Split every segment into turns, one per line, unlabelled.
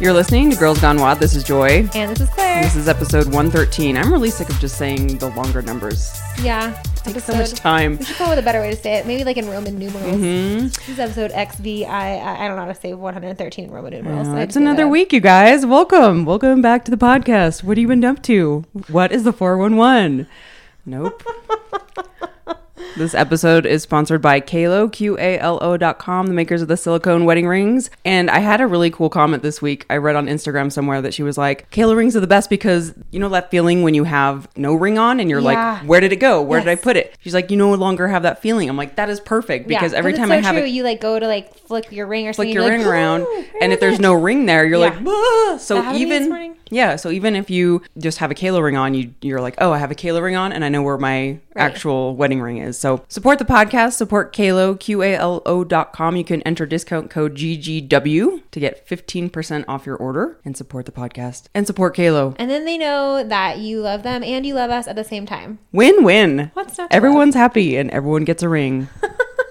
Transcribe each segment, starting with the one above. You're listening to Girls Gone Wild. This is Joy.
And this is Claire.
This is episode 113. I'm really sick of just saying the longer numbers.
yeah.
Takes so much time.
We should come up with a better way to say it. Maybe like in Roman numerals.
Mm-hmm.
This is episode XVI. I I don't know how to say 113 in Roman numerals.
Uh,
I
it's
just made that
another
up.
week, you guys. Welcome. Welcome back to the podcast. What have you been up to? What is the 411? Nope. this episode is sponsored by Kalo, Q-A-L-O dot com, the makers of the silicone wedding rings. And I had a really cool comment this week. I read on Instagram somewhere that she was like, Kalo rings are the best because you know that feeling when you have no ring on and you're
Yeah.
like, where did it go? Where did I
Yes.
put it? She's like, you no longer have that feeling. I'm like, that is perfect
Yeah,
because every
'cause
time
it's
I
so
have
true,
it,
you like go to like flick your ring or
flick
something.
your
you're
ring
like,
around
"Ooh, where
and if
is
there's
it?"
no ring there you're
Yeah.
like "Bah!"
That
so
happened to me this
even
morning.
yeah so even if you just have a kayla ring on you you're like oh i have a kayla ring on and i know where my actual wedding ring is so support the podcast support kalo q-a-l-o dot com you can enter discount code ggw to get 15% off your order and support the podcast and support kalo
And then they know that you love them and you love us at the same time.
win-win
What's not to
everyone's happy and everyone gets a ring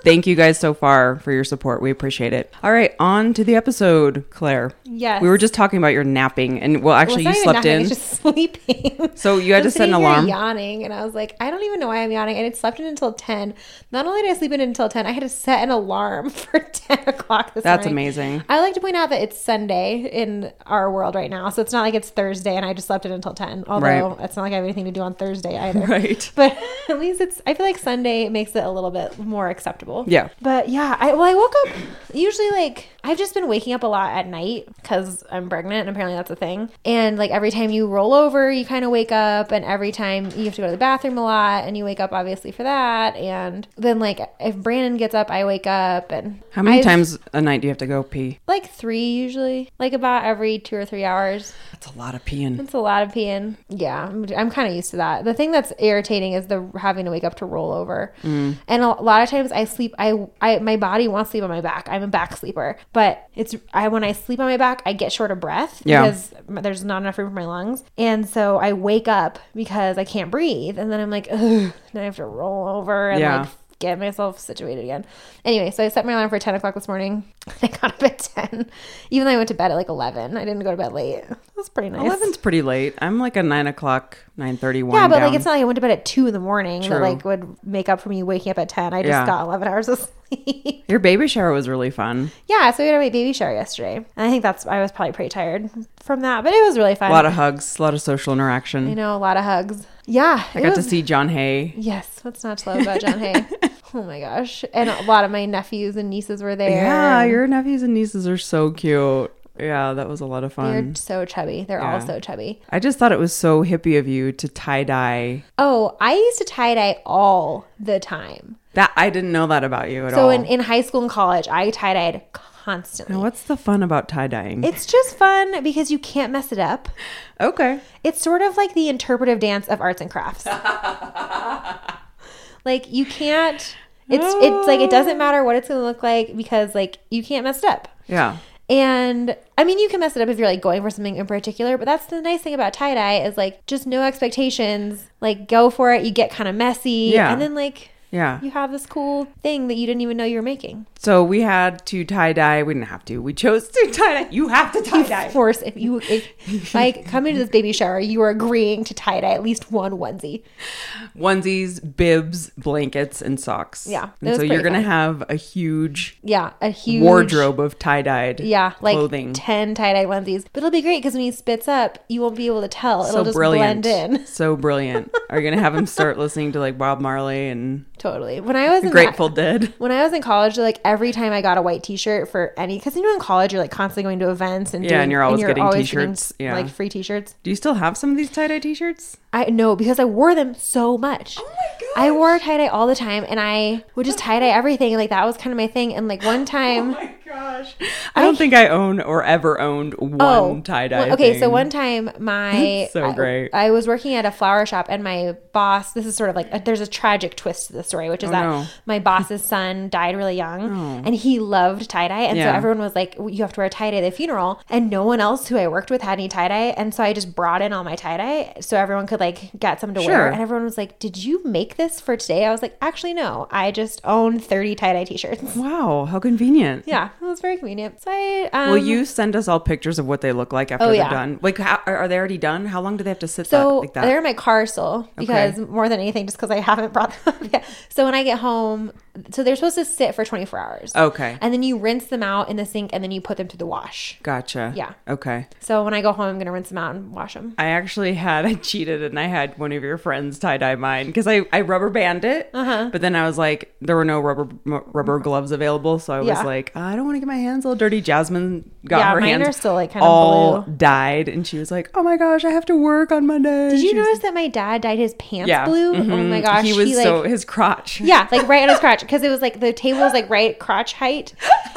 Thank you guys so far for your support. We appreciate it. All right, on to the episode, Claire.
Yes.
We were just talking about your napping, and well,
Well,
actually,
it's not
you
even
slept
napping,
in.
It's just sleeping.
So you had
I'm
to set an
sitting here
alarm?
Yawning, and I was like, I don't even know why I'm yawning. I had slept in until ten. Not only did I sleep in until ten, I had to set an alarm for ten o'clock this
That's
morning.
amazing.
I like to point out that it's Sunday in our world right now, so it's not like it's Thursday and I just slept in until ten. Although
Right.
it's not like I have anything to do on Thursday either.
Right.
But at least it's. I feel like Sunday makes it a little bit more acceptable.
Yeah.
But yeah, I well, I woke up usually like I've just been waking up a lot at night because I'm pregnant, and apparently that's a thing. And like every time you roll over, you kind of wake up, and every time you have to go to the bathroom a lot, and you wake up obviously for that. And then like if Brandon gets up, I wake up, and
How many
I've-
times a night do you have to go pee?
Like three usually, like about every two or three hours.
That's a lot of peeing.
It's a lot of peeing. Yeah, I'm, I'm kind of used to that. The thing that's irritating is the having to wake up to roll over. And a lot of times I sleep. I, I my body wants to sleep on my back. I'm a back sleeper, but it's I when I sleep on my back, I get short of breath
Yeah.
because there's not enough room for my lungs, and so I wake up because I can't breathe, and then I'm like, Ugh, now I have to roll over and
Yeah.
like get myself situated again. Anyway, so I set my alarm for 10 o'clock this morning. I got up at 10, even though I went to bed at like 11. I didn't go to bed late. It was pretty nice.
Eleven's pretty late. I'm like a nine o'clock, nine thirty one.
Yeah, but like it's not like I went to bed at two in the morning
True.
that like would make up for me waking up at ten. I just
Yeah.
got eleven hours of sleep.
Your baby shower was really fun.
yeah, so we had my baby shower yesterday, and I think that's I was probably pretty tired from that, but it was really fun.
A lot of hugs, a lot of social
you
interaction.
know, a lot of hugs. Yeah,
I got to see John Hay.
Yes, what's not to love about John Hay? oh my gosh, and a lot of my nephews and nieces were there.
Yeah,
and
your nephews and nieces are so cute. Yeah, that was a lot of
they're
fun.
so chubby. They're
Yeah.
all so chubby.
I just thought it was so hippie of you to tie dye.
Oh, I used to tie dye all the time.
That I didn't know that about you at
So
all.
in, in high school and college, I tie dyed constantly.
Now, what's the fun about tie dyeing?
It's just fun because you can't mess it up.
Okay.
It's sort of like the interpretive dance of arts and crafts. like you can't it's it's like it doesn't matter what it's going to look like because like you can't mess it up.
Yeah.
And I mean, you can mess it up if you're like going for something in particular, but that's the nice thing about tie dye is like just no expectations. Like go for it. You get kind of messy,
Yeah.
and then like
Yeah.
you have this cool thing that you didn't even know you were making.
So we had to tie dye. We didn't have to. We chose to tie dye. You have to tie
Of
dye.
course, if you if, like coming to this baby shower, you are agreeing to tie dye at least one onesie.
Onesies, bibs, blankets, and socks.
Yeah, that
And
was
so you're
pretty
going to
fun.
have a huge
Yeah, a huge
wardrobe of tie dyed
Yeah, like
clothing.
ten tie dye onesies. But it'll be great because when he spits up, you won't be able to tell. It'll
so
just
brilliant.
blend in.
So brilliant. Are you going to have him start listening to like Bob Marley and
Totally. When I was in
Grateful Dead?
when I was in college, like every time I got a white T-shirt for any, because you know in college you're like constantly going to events and
Yeah, and you're always getting
getting,
t-shirts, yeah.
like free T-shirts.
Do you still have some of these tie dye t shirts?
I know because I wore them so much. Oh
my
I wore tie dye all the time, and I would just tie dye everything. Like that was kind of my thing. And like one time,
my gosh. I don't think I own or ever owned one tie dye.
Oh, well, okay, so one time my
That's so
I-
great.
I, was working at a flower shop and my boss. This is sort of like a, there's a tragic twist to the story, which is that
Oh, no. Oh.
my boss's son died really young, and he loved tie dye, and
Yeah.
so everyone was like, "You have to wear tie dye at the funeral," and no one else who I worked with had any tie dye, and so I just brought in all my tie dye so everyone could like get some to
Sure.
wear, and everyone was like, "Did you make this for today?" I was like, "Actually, no. I just own 30 tie dye t-shirts."
Wow, how convenient.
Yeah, it was very very convenient. So I um,
Will you send us all pictures of what they look like after
Oh,
they're
yeah.
done? Like, how, are are they already done? How long do they have to sit
So
that, like
they're
that?
in my car still because more than anything, just because I haven't brought them up yet. So when I get home, so they're supposed to sit for 24 hours.
Okay.
And then you rinse them out in the sink and then you put them through the wash.
Gotcha.
Yeah.
Okay.
So when I go home, I'm going to rinse them out and wash them.
I actually had I cheated and I had one of your friends tie dye mine because I, I rubber band it,
Uh-huh.
but then I was like there were no rubber m- rubber gloves available, so I was
Mm-hmm. Yeah.
like I don't want to get my hands all dirty. Jasmine got
Yeah,
her
mine
hands
are still, like, kinda
all
blue.
dyed, and she was like, oh my gosh, I have to work on Monday.
Did you
She was-
notice that my dad dyed his pants
Yeah. Mm-hmm.
blue? Oh my gosh.
He was
like,
so his crotch.
Yeah, like right on his crotch because it was like the table was like right at crotch height,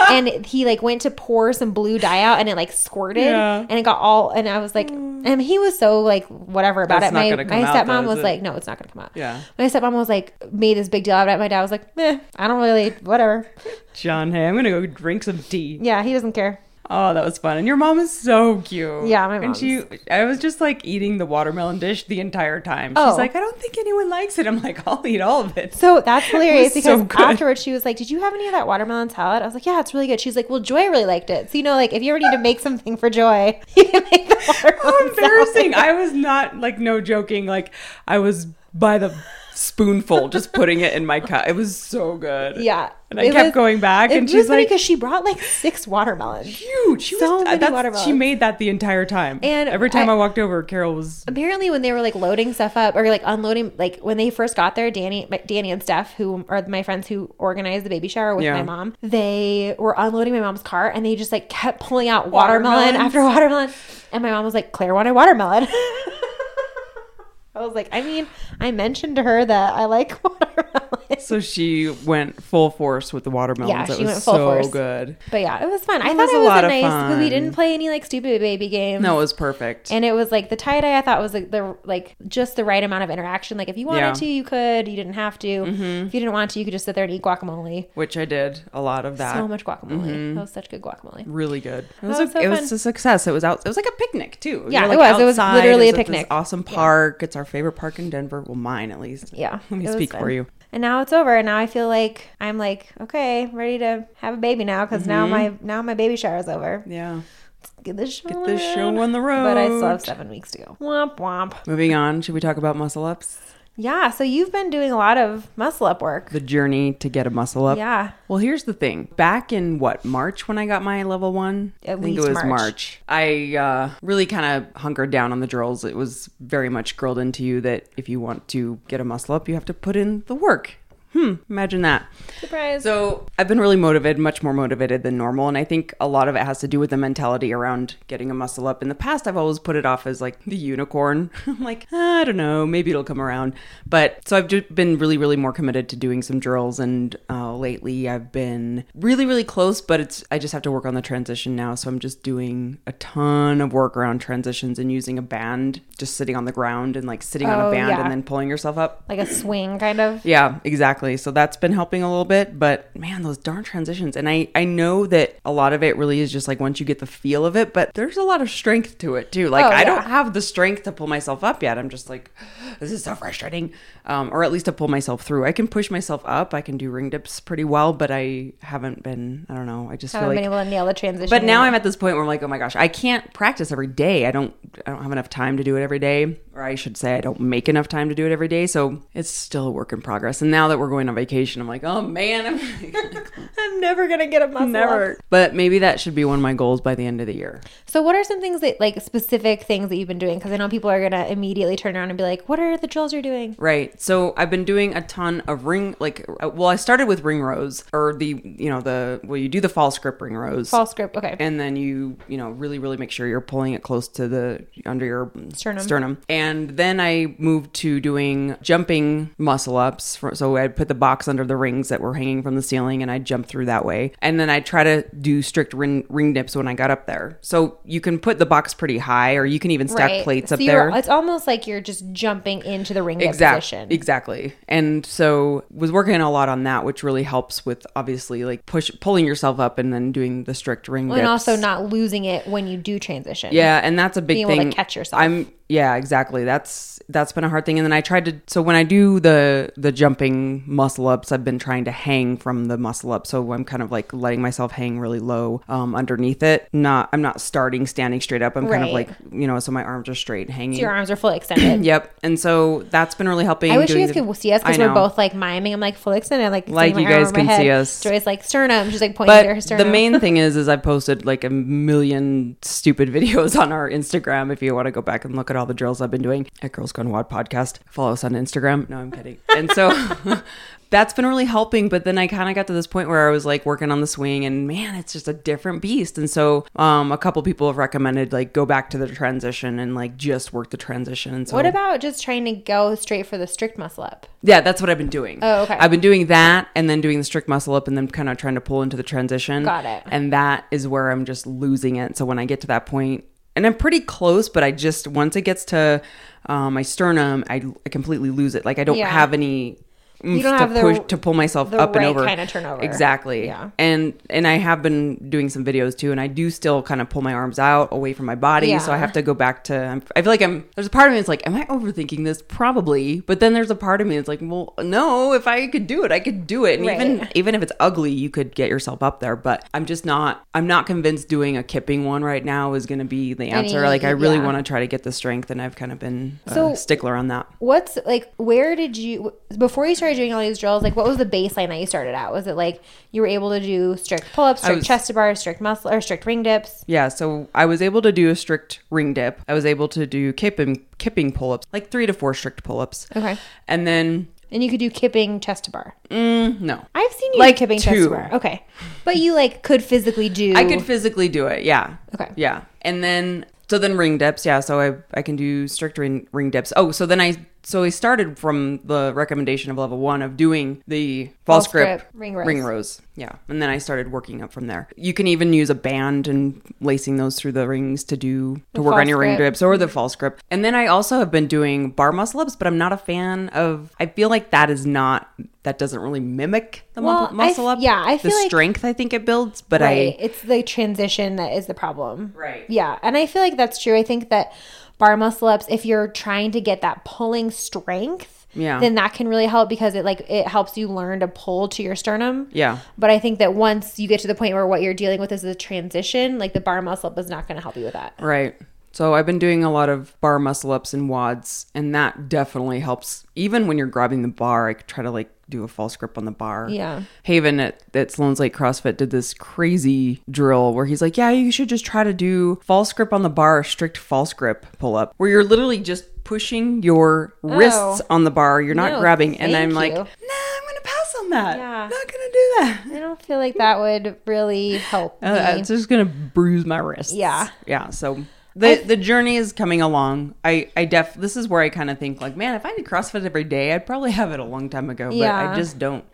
and he like went to pour some blue dye out, and it like squirted,
Yeah.
and it got all. And I was like, and he was so like whatever about
That's
it.
not
My
gonna come
my
out,
stepmom
though, is
was
it?
like, no, it's not gonna come out.
Yeah.
my stepmom was like made this big deal out of it. My dad was like, eh, I don't really, whatever.
John, hey, I'm gonna go drink some tea.
Yeah, he doesn't care.
Oh, that was fun. And your mom is so cute.
Yeah, my
And she I was just like eating the watermelon dish the entire time. She's
Oh.
like, I don't think anyone likes it. I'm like, I'll eat all of it.
So that's hilarious
was so
because
good.
afterwards she was like, "Did you have any of that watermelon salad?" I was like, "Yeah, it's really good." She's like, "Well, Joy really liked it." So you know, like if you ever need to make something for Joy, you can make the watermelon
How
salad.
embarrassing. I was not like no joking, like I was by the spoonful just putting it in my cup. It was so good.
Yeah.
And I kept going back
it
and
was
she's
funny
like
because she brought like six watermelons.
huge. She
so
was
many
that's- she
watermelons.
made that the entire time.
And
every time I,
I-
walked over, Carol was
Apparently, when they were like loading stuff up or like unloading, like when they first got there, Danny, my- Danny and Steph, who are my friends who organized the baby shower with
Yeah.
my mom, they were unloading my mom's car and they just like kept pulling out watermelon
Watermelons.
after watermelon. And my mom was like, Claire wanted watermelon. I was like, I mean, I mentioned to her that I like watermelon.
so she went full force with the watermelons.
Yeah,
That
she
was
went full
so
force.
good.
But yeah, it was fun. I
was
thought
a
it was
lot
a
of
nice because we
fun.
didn't play any like stupid baby games.
No, it was perfect.
And it was like the tie dye I thought was like the like just the right amount of interaction. Like if you wanted
Yeah. Mm-hmm.
to, you could. You didn't have to. If you didn't want to, you could just sit there and eat guacamole.
which I did a lot of that. Mm-hmm.
So much guacamole. That was such good guacamole.
really good. It was,
was
a,
so
it was
fun.
a success. It was out. It was like a picnic too.
Yeah,
You're,
it
like,
was. It was
outside.
literally
It's
a
at this
picnic.
awesome park. It's our favorite park in Denver. Well, mine at least.
Yeah.
Let me
it was
speak for
fun.
you.
And now it's over. And now I feel like I'm like okay, ready to have a baby now because now my now my baby shower is over.
Yeah.
Let's get this show
Mm-hmm. Get this show on the road.
But I still have seven weeks to go. Womp womp.
Moving on. Should we talk about muscle ups?
Yeah. So you've been doing a lot of muscle up work.
The journey to get a muscle up.
Yeah.
Well, here's the thing. Back in what March when I got my level one,
At
I think
least
it was
March.
March. I uh, really kind of hunkered down on the drills. It was very much drilled into you that if you want to get a muscle up, you have to put in the work. Hmm. Imagine that.
Surprise.
So I've been really motivated, much more motivated than normal. And I think a lot of it has to do with the mentality around getting a muscle up. In the past, I've always put it off as like the unicorn. I'm like, "Ah, I don't know, maybe it'll come around. But so I've just been really, really more committed to doing some drills. And uh, lately, I've been really, really close, but it's, I just have to work on the transition now. So I'm just doing a ton of work around transitions and using a band, just sitting on the ground and like sitting on
Oh,
a band
yeah.
and then pulling yourself up.
like a swing kind of.
Yeah, exactly. So that's been helping a little bit, but man, those darn transitions. And I I know that a lot of it really is just like once you get the feel of it, but there's a lot of strength to it too. Like
Oh,
I
yeah.
don't have the strength to pull myself up yet. I'm just like this is so frustrating. Um or at least to pull myself through. I can push myself up. I can do ring dips pretty well, but I haven't been I don't know. I just
haven't
feel like
been able to nail the transition.
but now
yet.
I'm at this point where I'm like, oh my gosh, I can't practice every day. I don't I don't have enough time to do it every day. Or I should say I don't make enough time to do it every day. So it's still a work in progress. And now that we're going on vacation, I'm like, oh man, I'm
I'm never gonna get a muscle.
never But maybe that should be one of my goals by the end of the year.
So, what are some things that, like, specific things that you've been doing? Because I know people are gonna immediately turn around and be like, "What are the drills you're doing?"
Right. So I've been doing a ton of ring like uh, well, I started with ring rows or the you know, the well you do the false grip ring rows.
Fall script. Okay.
and then you you know really really make sure you're pulling it close to the under your
Sternum.
and then i moved to doing jumping muscle ups for, so i'd put the box under the rings that were hanging from the ceiling and i'd jump through that way and then i'd try to do strict ring, ring dips when i got up there so you can put the box pretty high or you can even stack plates
So
up
you're-
there
It's almost like you're just jumping into the ring dip
Exact-
position.
Exactly. And so was working a lot on that, which really helps with obviously like push pulling yourself up and then doing the strict ring
and
dips.
also not losing it when you do transition.
Yeah, and that's a big
Being able
thing.
to catch yourself.
I'm yeah exactly that's that's been a hard thing and then i tried to so when i do the the jumping muscle ups i've been trying to hang from the muscle up so i'm kind of like letting myself hang really low um, underneath it not i'm not starting standing straight up i'm kind of like
Right.
you know so my arms are straight hanging
So your arms are fully extended.
yep and so that's been really helping
I wish you
doing
guys
the-
could see us because
I
we're
know.
both like miming. I'm like full extended, like
Like,
extending my
you
arm
guys
over my
can
head.
see us.
Joy's like sternum. She's like pointing to
But
her
the
sternum.
main thing is, is I posted like a million stupid videos on our Instagram. If you want to go back and look at all the drills I've been doing at Girls Gone Wild podcast, follow us on Instagram. No, I'm kidding. And so that's been really helping. But then I kind of got to this point where I was like working on the swing, and man, it's just a different beast. And so um, a couple people have recommended like go back to the transition and like just work the transition. And so
what about just trying to go straight for the strict muscle up?
yeah, that's what I've been doing.
Oh, okay.
I've been doing that and then doing the strict muscle up and then kind of trying to pull into the transition.
Got it.
And that is where I'm just losing it. So when I get to that point, and I'm pretty close, but I just, once it gets to um, my sternum, I, I completely lose it. Like I don't
Yeah.
have any. oomph
don't
to,
have the-
push, to pull myself
the
up
right
and over
kinda turnover.
exactly
Yeah.
and and i have been doing some videos too and i do still kind of pull my arms out away from my body so i
Yeah.
have to go back to I'm- i feel like i'm there's a part of me that's like am i overthinking this probably but then there's a part of me that's like well no if i could do it i could do it and even
Right.
even if it's ugly you could get yourself up there but i'm just not i'm not convinced doing a kipping one right now is going to be the answer
Any-
like i really
yeah.
want to try to get the strength and i've kind of been a
So-
stickler on that
What's like? Where did you before you started doing all these drills? Like, what was the baseline that you started at? Was it like you were able to do strict pull ups, strict
was-
chest to bar, strict muscle, or strict ring dips?
Yeah, so I was able to do a strict ring dip. I was able to do kipping kipping pull ups, like three to four strict pull ups.
Okay,
And then
and you could do kipping chest to bar.
mm, no.
I've seen you
Like
do kipping chest
two.
to bar. Okay, but you like could physically do.
I could physically do it, yeah.
Okay.
Yeah. And then so then ring dips, yeah. So I I can do strict ring ring dips. Oh, so then I so I started from the recommendation of level one of doing the false,
False
grip,
grip, ring rows.
ring rows. Yeah. And then I started working up from there. You can even use a band and lacing those through the rings to do to
The
work on
false
your ring
grip.
dips or the false grip. And then I also have been doing bar muscle ups, but I'm not a fan of I feel like that is not that doesn't really mimic the mu-
Well, I f-
muscle up.
yeah, I
the
feel like-
strength I think it builds, but
Right.
I
It's the transition that is the problem.
Right.
Yeah. And I feel like that's true. I think that bar muscle ups, if you're trying to get that pulling strength,
Yeah.
then that can really help because it like it helps you learn to pull to your sternum.
yeah.
But I think that once you get to the point where what you're dealing with is a transition, like the bar muscle up is not going to help you with that.
Right. So I've been doing a lot of bar muscle ups and wads, and that definitely helps. Even when you're grabbing the bar, I try to like do a false grip on the bar.
Yeah.
Haven at, at Sloan's Lake CrossFit did this crazy drill where he's like, Yeah, you should just try to do false grip on the bar, strict false grip pull up, where you're literally just pushing your wrists on the bar. You're not
Oh. No,
grabbing. And
thank
I'm like,
you.
Nah, I'm going to pass on that.
Yeah.
Not going to do that.
I don't feel like that would really help me.
Uh, it's just gonna bruise my wrists.
Yeah.
yeah. So the the journey is coming along. I I def this is where I kind of think like, man, if I did CrossFit every day, I'd probably have it a long time ago. But I
Yeah.
just don't.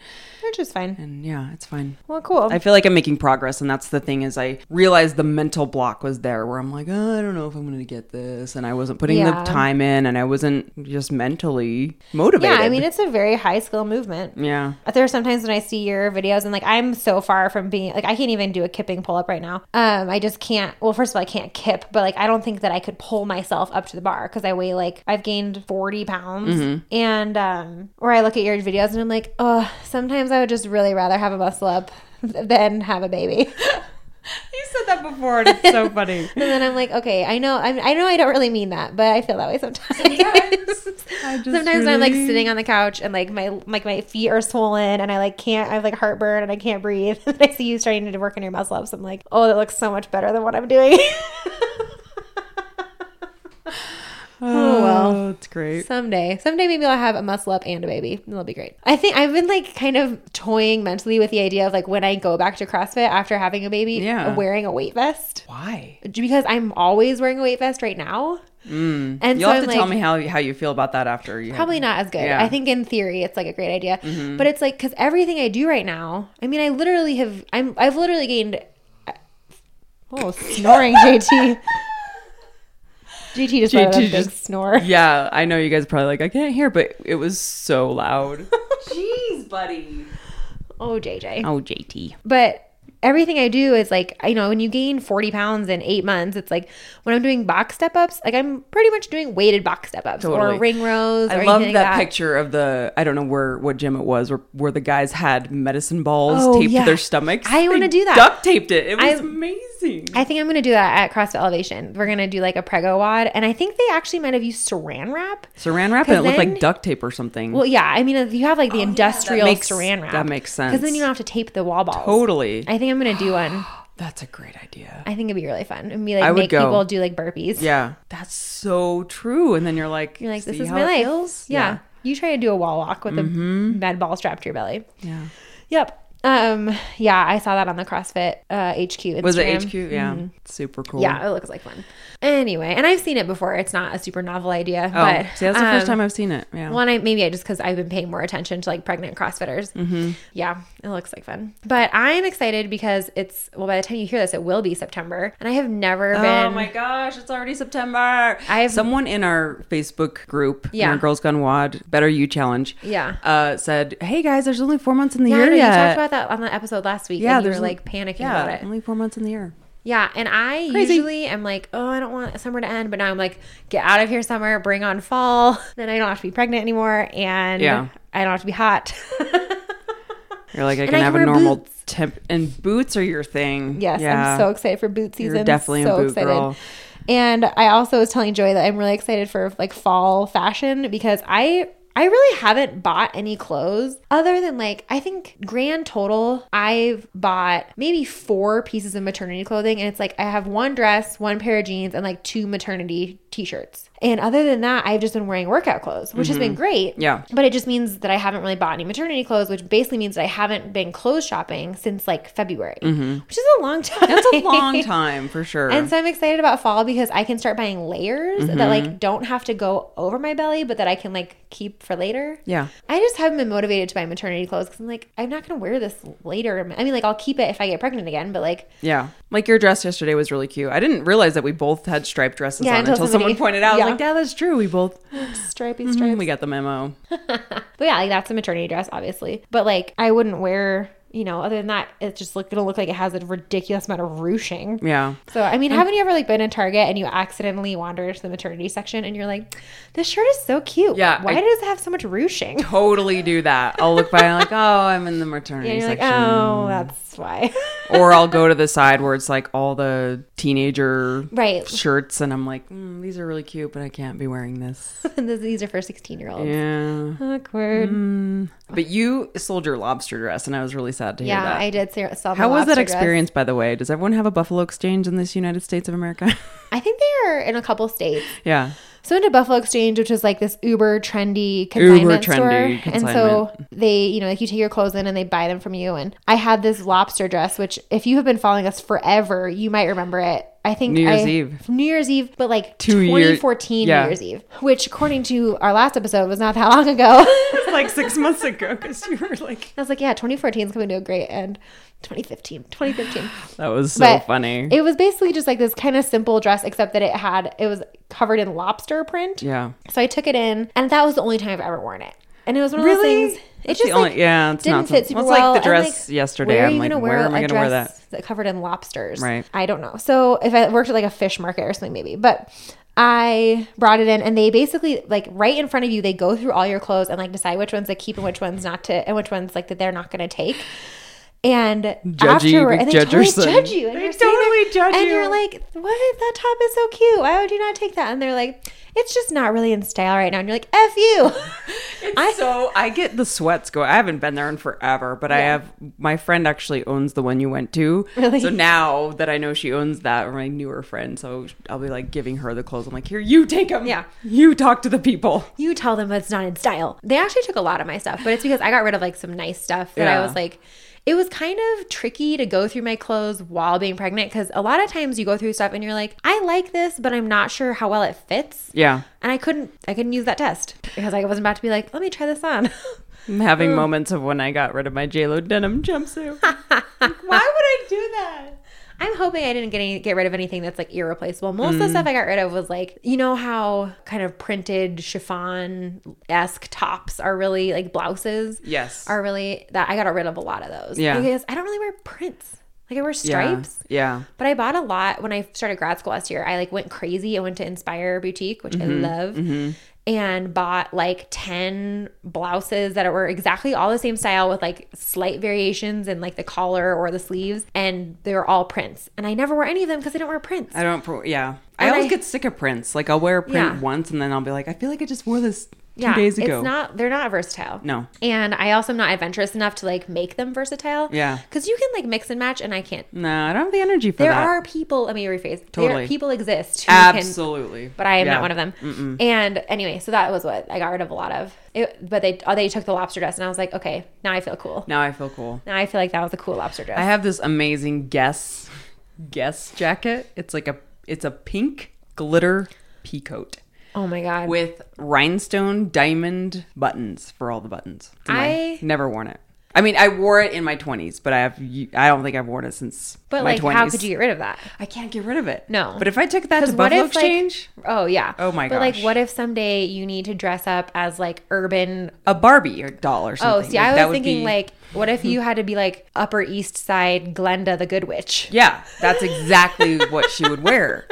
Which is fine.
And yeah, it's fine.
Well, cool.
I feel like I'm making progress, and that's the thing is I realized the mental block was there where I'm like, oh, I don't know if I'm gonna get this, and I wasn't putting
Yeah.
the time in, and I wasn't just mentally motivated.
yeah. I mean, it's a very high skill movement.
yeah.
There are sometimes when I see your videos and like I'm so far from being like I can't even do a kipping pull up right now. Um, I just can't. Well, first of all, I can't kip, but like I don't think that I could pull myself up to the bar because I weigh like I've gained 40 pounds. And um, or I look at your videos and I'm like, oh, sometimes I would just really rather have a muscle up than have a baby.
You said that before, and it's so funny.
and then I'm like, okay, I know, I'm, I know, I don't really mean that, but I feel that way sometimes. Sometimes,
I just
when I'm like
really-
sitting on the couch and like my like my feet are swollen and I like can't, I have like heartburn and I can't breathe. And I see you starting to work on your muscle ups. I'm like, oh, that looks so much better than what I'm doing.
Oh
well.
well, it's great.
someday, someday maybe I'll have a muscle up and a baby. and It'll be great. I think I've been like kind of toying mentally with the idea of like when I go back to CrossFit after having a baby,
Yeah.
wearing a weight vest
Why?
because I'm always wearing a weight vest right now. Mm. And
You'll
so
have
I'm
to
like,
tell me how how you feel about that after you.
probably not as good.
Yeah. Mm-hmm.
I think in theory it's like a great idea, but it's like because everything I do right now, I mean, I literally have I'm I've literally gained. uh, Oh, snoring, JT. JT just let out a
JT
big
just-
snore.
Yeah, I know you guys probably like I can't hear, but it was so loud. Jeez, buddy.
Oh, JJ.
Oh, JT.
But everything I do is like, I- you know, when you gain 40 pounds in eight months, it's like when I'm doing box step ups, like I'm pretty much doing weighted box step ups
Totally.
or ring rows.
I
or
love
anything
that,
like that
picture of the I don't know where what gym it was where, where the guys had medicine balls
Oh,
taped
yeah.
to their stomachs.
I
They
wanna do that.
Duct taped it. It was
I-
amazing.
I think I'm going to do that at CrossFit Elevation. We're going to do like a prego wad. And I think they actually might have used saran wrap.
Saran wrap and it looked
'Cause
like
then-
duct tape or something.
Well, yeah. I mean, if you have like the industrial
makes-
saran wrap.
that makes
Because then
sense.
you don't have to tape the wall balls.
totally.
I think I'm going to do one.
That's a great idea.
I think it'd be really fun. And be like,
I would
make
go.
people do like burpees.
yeah. That's so true. And then you're like,
You're like, this
"See
is
how
my
it
life.
feels?" Mm-hmm.
Yeah. You try to do a wall walk with a med ball strapped to your belly.
Yeah. Yeah.
Yep. Um. Yeah, I saw that on the CrossFit uh, HQ. Instagram.
Was it HQ? Yeah. Super cool.
Mm-hmm. Yeah, it looks like fun. Anyway, and I've seen it before. It's not a super novel idea,
Oh,
but
see, that's the first
um,
time I've seen it. Yeah.
Well, and I, maybe I just because I've been paying more attention to like pregnant CrossFitters. Mm-hmm. Yeah, it looks like fun. But I'm excited because it's well. By the time you hear this, it will be September, and I have never
Oh
been.
my gosh, it's already September. I
I've-
have someone in our Facebook group, in
Yeah.
our Girls Gone Wad Better You Challenge,
Yeah.
uh, said, "Hey guys, there's only four months in the
yeah, I
year
know, you talked
yet."
about that on the episode last week.
yeah,
and you were
there's only-
like panicking
yeah,
about it.
Only four months in the year.
Yeah, and I
Crazy.
usually am like, oh, I don't want summer to end, but now I'm like, get out of here, summer, bring on fall. Then I don't have to be pregnant anymore, and
Yeah.
I don't have to be hot.
You're like, I
And
can
I
have
can
a
wear
normal
boots.
temp, and boots are your thing.
yes, I'm so excited for boot season.
definitely a
so
boot girl.
And I also was telling Joy that I'm really excited for like fall fashion because I I really haven't bought any clothes other than like I think grand total I've bought maybe four pieces of maternity clothing and it's like I have one dress, one pair of jeans and like two maternity t-shirts. And other than that, I've just been wearing workout clothes, which has been great.
Mm-hmm. Yeah.
But it just means that I haven't really bought any maternity clothes, which basically means that I haven't been clothes shopping since like February, which is a long time.
Mm-hmm. That's a long time for sure.
And so I'm excited about fall because I can start buying layers that
Mm-hmm.
like don't have to go over my belly, but that I can like keep for later.
yeah,
I just haven't been motivated to buy maternity clothes because I'm like, I'm not going to wear this later. I mean, like, I'll keep it if I get pregnant again, but like,
yeah. Like your dress yesterday was really cute. I didn't realize that we both had striped dresses
Yeah,
on
until
until, someone
somebody-
pointed out. I was
yeah.
like, yeah, that's true. We both
stripey stripes.
we got the memo.
Mm-hmm. But yeah, like, that's a maternity dress, obviously. But like, I wouldn't wear, you know, other than that, it's just look, going to look like it has a ridiculous amount of ruching.
Yeah.
So, I
Mm.
mean, haven't you ever like been in Target and you accidentally wander into the maternity section and you're like, this shirt is so cute.
Yeah,
Why
I-
does it have so much ruching?
Totally do that. I'll look by and like, oh, I'm in the maternity
And you're like,
section.
oh, that's why.
or I'll go to the side where it's like all the teenager
right.
shirts, and I'm like, mm, these are really cute, but I can't be wearing this.
These are for 16 year olds.
Yeah. Mm,
Awkward.
But you sold your lobster dress, and I was really sad to hear
yeah,
that.
I did see, saw
How was that experience, by the way? Does everyone have a Buffalo Exchange in this United States of America?
I think they are in a couple states.
yeah.
So I went to Buffalo Exchange, which is like this uber trendy consignment
trendy
store, and so they, you know, like you take your clothes in and they buy them from you. And I had this lobster dress, which if you have been following us forever, you might remember it. I think
New Year's
I-
Eve.
New Year's Eve, but like
Two year-
2014
yeah.
New Year's Eve, which according to our last episode was not that long ago.
It's like six months ago because you were like,
I was like, yeah, 2014 is coming to a great end. 2015, 2015.
that was so
But
funny.
It was basically just like this kind of simple dress, except that it had it was covered in lobster print.
yeah.
So I took it in, and that was the only time I've ever worn it. And it was one of
Really?
those things. It
That's
just
the only-
like,
yeah, it's
didn't
not
fit
something-
super
it's like
well.
the
And,
dress yesterday.
Where are
I'm
you
like,
gonna wear
where am I
a
gonna wear
dress that covered in lobsters?
Right.
I don't know. So if I worked at like a fish market or something, maybe. But I brought it in, and they basically like right in front of you. They go through all your clothes and like decide which ones they keep and which ones not to, and which ones like that they're not going to take. And
you,
afterward,
they
and they
judge your son.
totally judge you. And
They
you're sitting
totally
there,
judge
and
you.
you're like, "What? That top is so cute. Why would you not take that?" And they're like, "It's just not really in style right now." And you're like, "F you." I
so I get the sweats going. I haven't been there in forever, but I have my friend actually owns the one you went to.
Really?
So now that I know she owns that, or my newer friend, so I'll be like giving her the clothes. I'm like, here, you take them.
Yeah.
you talk to the people.
you tell them it's not in style. They actually took a lot of my stuff, but it's because I got rid of like some nice stuff that I
Yeah.
was like, it was kind of tricky to go through my clothes while being pregnant because a lot of times you go through stuff and you're like, I like this, but I'm not sure how well it fits.
Yeah,
And I couldn't, I couldn't use that test because I wasn't about to be like, let me try this on.
I'm having moments of when I got rid of my J Lo denim jumpsuit. Like, Why would I do that?
I'm hoping I didn't get any, get rid of anything that's like irreplaceable. Most of the stuff I got rid of was like you know how kind of printed chiffon esque tops are really like blouses.
Yes.
are really that I got rid of a lot of those.
Yeah.
because I don't really wear prints. Like I wear stripes.
Yeah.
But I bought a lot when I started grad school last year. I like went crazy. I went to Inspire Boutique, which
Mm-hmm.
I love, and bought like 10 blouses that were exactly all the same style with like slight variations in like the collar or the sleeves. And they were all prints. And I never wore any of them because I don't wear prints.
I don't. pro- Yeah. I
And
always
I-
get sick of prints. Like I'll wear a print
Yeah.
once, and then I'll be like, I feel like I just wore this two
yeah,
days ago.
It's not, they're not versatile.
No.
And I also am not adventurous enough to like make them versatile.
Yeah.
Because you can like mix and match, and I can't.
No, I don't have the energy for
There
that.
are people, let me rephrase. There
Totally.
people exist who can
absolutely.
but I am
Yeah.
not one of them. And anyway, so that was what I got rid of a lot of. It, but they oh, they took the lobster dress, and I was like, okay, now I feel cool.
Now I feel cool.
Now I feel like that was a cool lobster dress.
I have this amazing guess guess jacket. It's like a it's a pink glitter peacoat
oh my god,
with rhinestone diamond buttons for all the buttons. It's in my-
I-
never worn it. I mean, I wore it in my 20s, but I have I don't think I've worn it since
but
my
like,
20s.
how could you get rid of that?
I can't get rid of it.
No.
But if I took that to
Because what
Buffalo
if like,
Exchange,
oh yeah,
Oh my
But like,
gosh.
what if someday you need to dress up as like urban?
a Barbie or doll or
Oh,
something.
see,
like,
I
that
was
would
thinking
be-
like, what if you had to be like Upper East Side Glenda the Good Witch?
Yeah, that's exactly what she would wear.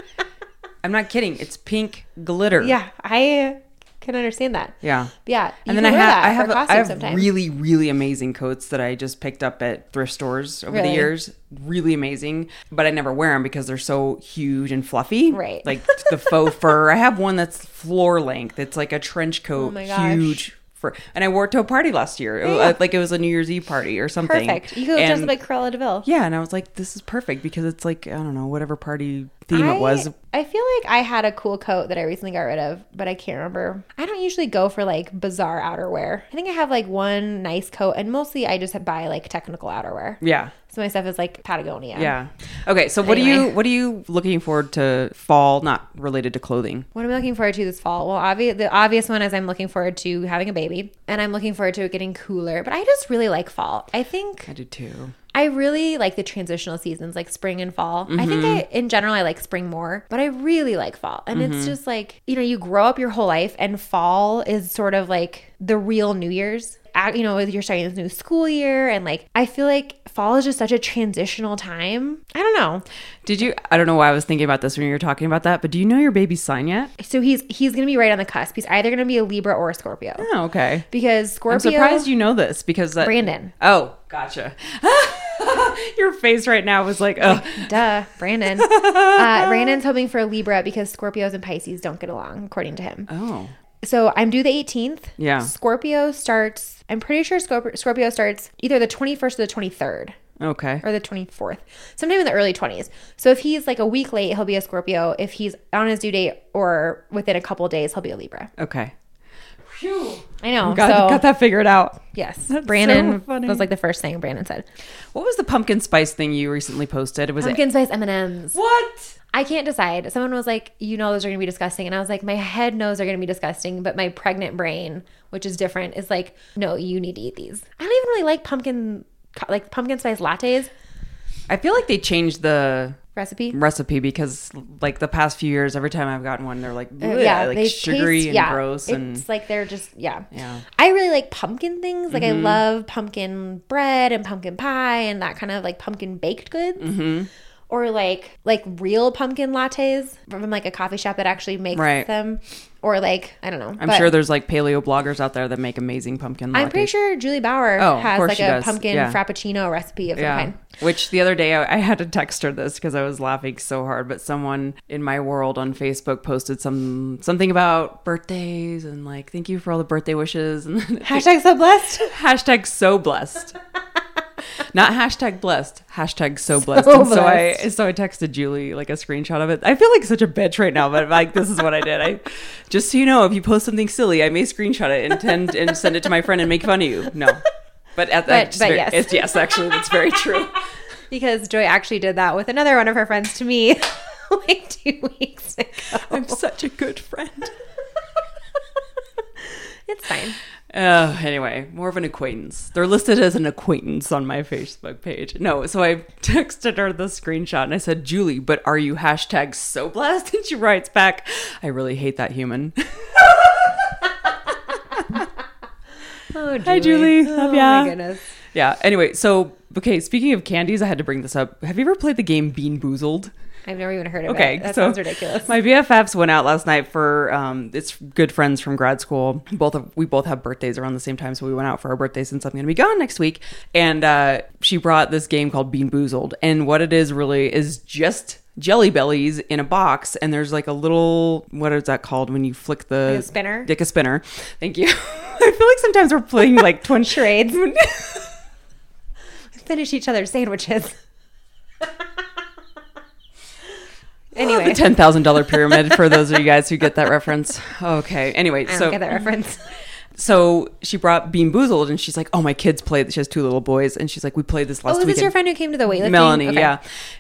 I'm not kidding. It's pink glitter.
Yeah, I can understand that.
Yeah.
yeah. You
And then I
can wear
have
that
I
for
have I
costume
have
sometimes.
really really amazing coats that I just picked up at thrift stores over the
Really?
years. Really amazing, but I never wear them because they're so huge and fluffy.
Right.
Like the faux fur. I have one that's floor length. It's like a trench coat,
Oh my gosh.
huge fur. And I wore it to a party last year. It-
Yeah.
Like it was a New Year's Eve party or something.
Perfect. You could dress
And-
up like Cruella Deville.
yeah, and I was like, this is perfect because it's like I don't know whatever party theme it was.
I feel like I had a cool coat that I recently got rid of, but I can't remember. I don't usually go for like bizarre outerwear. I think I have like one nice coat, and mostly I just buy like technical outerwear.
Yeah,
So my stuff is like Patagonia.
yeah. Okay, so what are
Anyway.
you what are you looking forward to fall? Not related to clothing.
What am I looking forward to this fall? Well, obvious the obvious one is I'm looking forward to having a baby, and I'm looking forward to it getting cooler. But I just really like fall. I think
I do too.
I really like the transitional seasons, like spring and fall. I
Mm-hmm.
think I, in general, I like spring more, but I really like fall. And
Mm-hmm.
it's just like, you know, you grow up your whole life, and fall is sort of like the real New Year's. Ac- You know, with- you're starting this new school year, and like, I feel like fall is just such a transitional time. I don't know.
Did you? I don't know why I was thinking about this when you were talking about that, but do you know your baby's sign yet?
So he's he's gonna be right on the cusp. He's either gonna be a Libra or a Scorpio
Oh, okay.
because Scorpio.
I'm surprised you know this because that,
Brandon.
Oh, gotcha. your face right now was like, oh,
Duh, Brandon. uh, Brandon's hoping for a Libra because Scorpios and Pisces don't get along, according to him.
oh,
So I'm due the 18th.
Yeah.
Scorpio starts, I'm pretty sure Scorp- Scorpio starts either the 21st or the 23rd
okay.
or the 24th, sometime in the early 20s. So if he's like a week late, he'll be a Scorpio. If he's on his due date or within a couple of days, he'll be a Libra.
Okay.
I know.
Got,
so
got that figured out.
yes,
That's
Brandon
so funny.
was like the first thing Brandon said.
What was the pumpkin spice thing you recently posted? Was it
Pumpkin spice M&Ms.
what?
I can't decide. Someone was like, "You know, those are going to be disgusting," and I was like, "My head knows they're going to be disgusting, but my pregnant brain, which is different, is like, no, you need to eat these." I don't even really like pumpkin, like pumpkin spice lattes
I feel like they changed the
recipe.
recipe because like the past few years, every time I've gotten one, they're like,
Uh,
yeah, like
they
sugary
taste-
and
yeah,
gross and
it's like they're just yeah.
Yeah. Mm-hmm.
I really like pumpkin things. Like I love pumpkin bread and pumpkin pie and that kind of like pumpkin baked goods.
Mm-hmm.
Or like like real pumpkin lattes from like a coffee shop that actually makes
Right.
them. Or like I don't know.
I'm sure there's like paleo bloggers out there that make amazing pumpkin.
I'm pretty
lattes.
sure Julie Bauer
Oh, of
has
course
like
she
a
does.
pumpkin
Yeah.
frappuccino recipe of some
Yeah.
kind.
Which the other day I, I had to text her this because I was laughing so hard. But someone in my world on Facebook posted some something about birthdays and like thank you for all the birthday wishes and then
Hashtag so blessed.
hashtag so blessed. Not hashtag blessed, hashtag so blessed. and so I
blessed.
so I texted Julie like a screenshot of it. I feel like such a bitch right now, but like this is what I did. I just so you know, if you post something silly, I may screenshot it and tend, and send it to my friend and make fun of you. No. But at that
but
very-
yes.
it's yes, actually that's very true.
Because Joy actually did that with another one of her friends to me like two weeks ago.
I'm such a good friend.
It's fine.
Uh, anyway, more of an acquaintance. They're listed as an acquaintance on my Facebook page. No, so I texted her the screenshot and I said, Julie, but are you hashtag so blessed? And she writes back, I really hate that human.
Oh, Julie.
Hi, Julie. Love
oh,
ya.
my goodness.
Yeah. Anyway, so okay. Speaking of candies, I had to bring this up. Have you ever played the game Bean Boozled?
I've never even heard of
Okay,
it. That
so
sounds ridiculous.
My BFFs went out last night for um, it's good friends from grad school. Both of we both have birthdays around the same time, so we went out for our birthdays since I'm going to be gone next week. And uh, she brought this game called Bean Boozled, and what it is really is just jelly bellies in a box, and there's like a little what is that called when you flick the
Like a spinner?
Dick a spinner. Thank you. I feel like sometimes we're playing like twin
Charades. Finish each other's sandwiches. anyway,
the ten thousand dollar pyramid for those of you guys who get that reference. Okay. Anyway,
I don't
so
get that reference.
so she brought Bean Boozled and she's like, "Oh, my kids played." She has two little boys, and she's like, "We played this last
Oh, is
weekend."
this your friend who came to the weightlifting?
Melanie,
Okay.
yeah.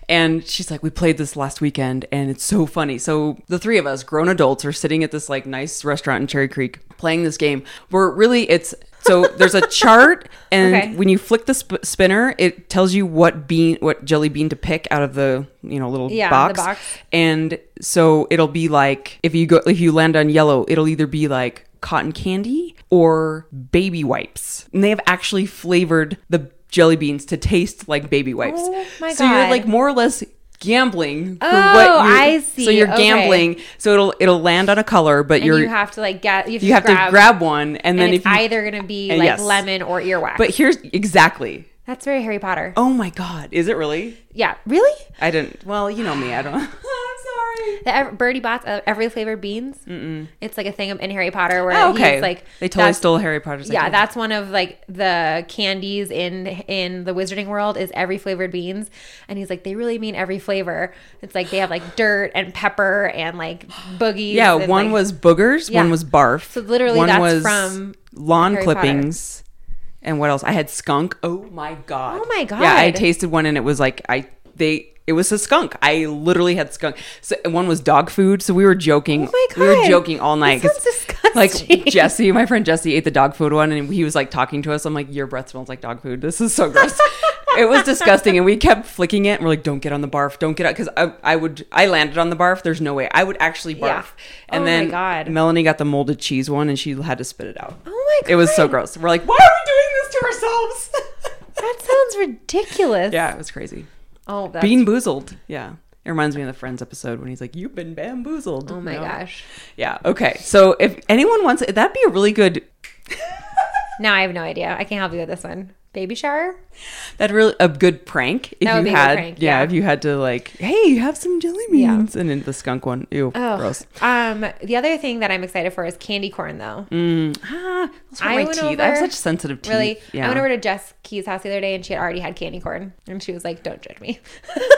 And she's like, we played this last weekend and it's so funny. So the three of us, grown adults, are sitting at this like nice restaurant in Cherry Creek playing this game. Where really it's so there's a chart and
Okay.
when you flick the sp- spinner, it tells you what bean what jelly bean to pick out of the, you know, little
Yeah, the
box.
box.
And so it'll be like if you go if you land on yellow, it'll either be like cotton candy or baby wipes. And they have actually flavored the jelly beans to taste like baby wipes wipes.
Oh my
so you're
God.
like more or less gambling for
Oh,
what you
I
So
see.
you're
Okay.
gambling. So it'll it'll land on a color, but
And
you're
you have to like get you have,
you have to grab one, and, then
and
if
it's
you,
either gonna be
and
like
yes.
lemon or earwax.
But here's exactly.
that's very Harry Potter.
Oh my God! Is it really?
Yeah, really?
I didn't. Well, you know me. I don't. I'm sorry.
The ev- Birdie Bots uh, every flavored beans. Mm-mm. It's like a thing in Harry Potter where
Oh, okay.
he's like
they totally
that's-
stole Harry Potter's.
Yeah,
idea.
that's one of like the candies in in the Wizarding world is every flavored beans, and he's like they really mean every flavor. It's like they have like dirt and pepper and like boogies.
Yeah,
and,
one
like-
was boogers, one
Yeah.
was barf.
So literally
one
that's
was
from
lawn
Harry Potter.
clippings, and what else? I had skunk. Oh my god!
Oh my God.
Yeah, I tasted one and it was like I they it was a skunk. I literally had skunk. So and one was dog food. So we were joking.
Oh my
We were
God.
joking all night. 'cause,
sounds disgusting.
Like Jesse, my friend Jesse ate the dog food one, and he was like talking to us. I'm like, your breath smells like dog food. This is so gross. it was disgusting, and we kept flicking it. And we're like, don't get on the barf, don't get out, because I, I would I landed on the barf. There's no way I would actually barf.
Yeah.
And
Oh my
then
God.
Melanie got the molded cheese one, and she had to spit it out.
Oh my god!
It was so gross. We're like, why are we doing this to ourselves?
That sounds ridiculous.
yeah, it was crazy.
Oh, that's,
Bean boozled. Yeah. It reminds me of the Friends episode when he's like, "You've been bamboozled."
Oh my
No.
gosh!
Yeah. Okay. So if anyone wants, that'd be a really good.
Now I have no idea. I can't help you with this one. Baby shower.
That really a good prank if
That would
you
be a good
had.
prank,
yeah,
yeah.
If you had to like, hey, you have some jelly
Yeah.
beans, and then the skunk one. Ew.
Oh,
Gross.
Um, the other thing that I'm excited for is candy corn, though.
Ah, those were
I
my
went
teeth. I have
over-
such sensitive teeth.
Really,
Yeah.
I went over to Jess Key's house the other day, and she had already had candy corn, and she was like, "Don't judge me."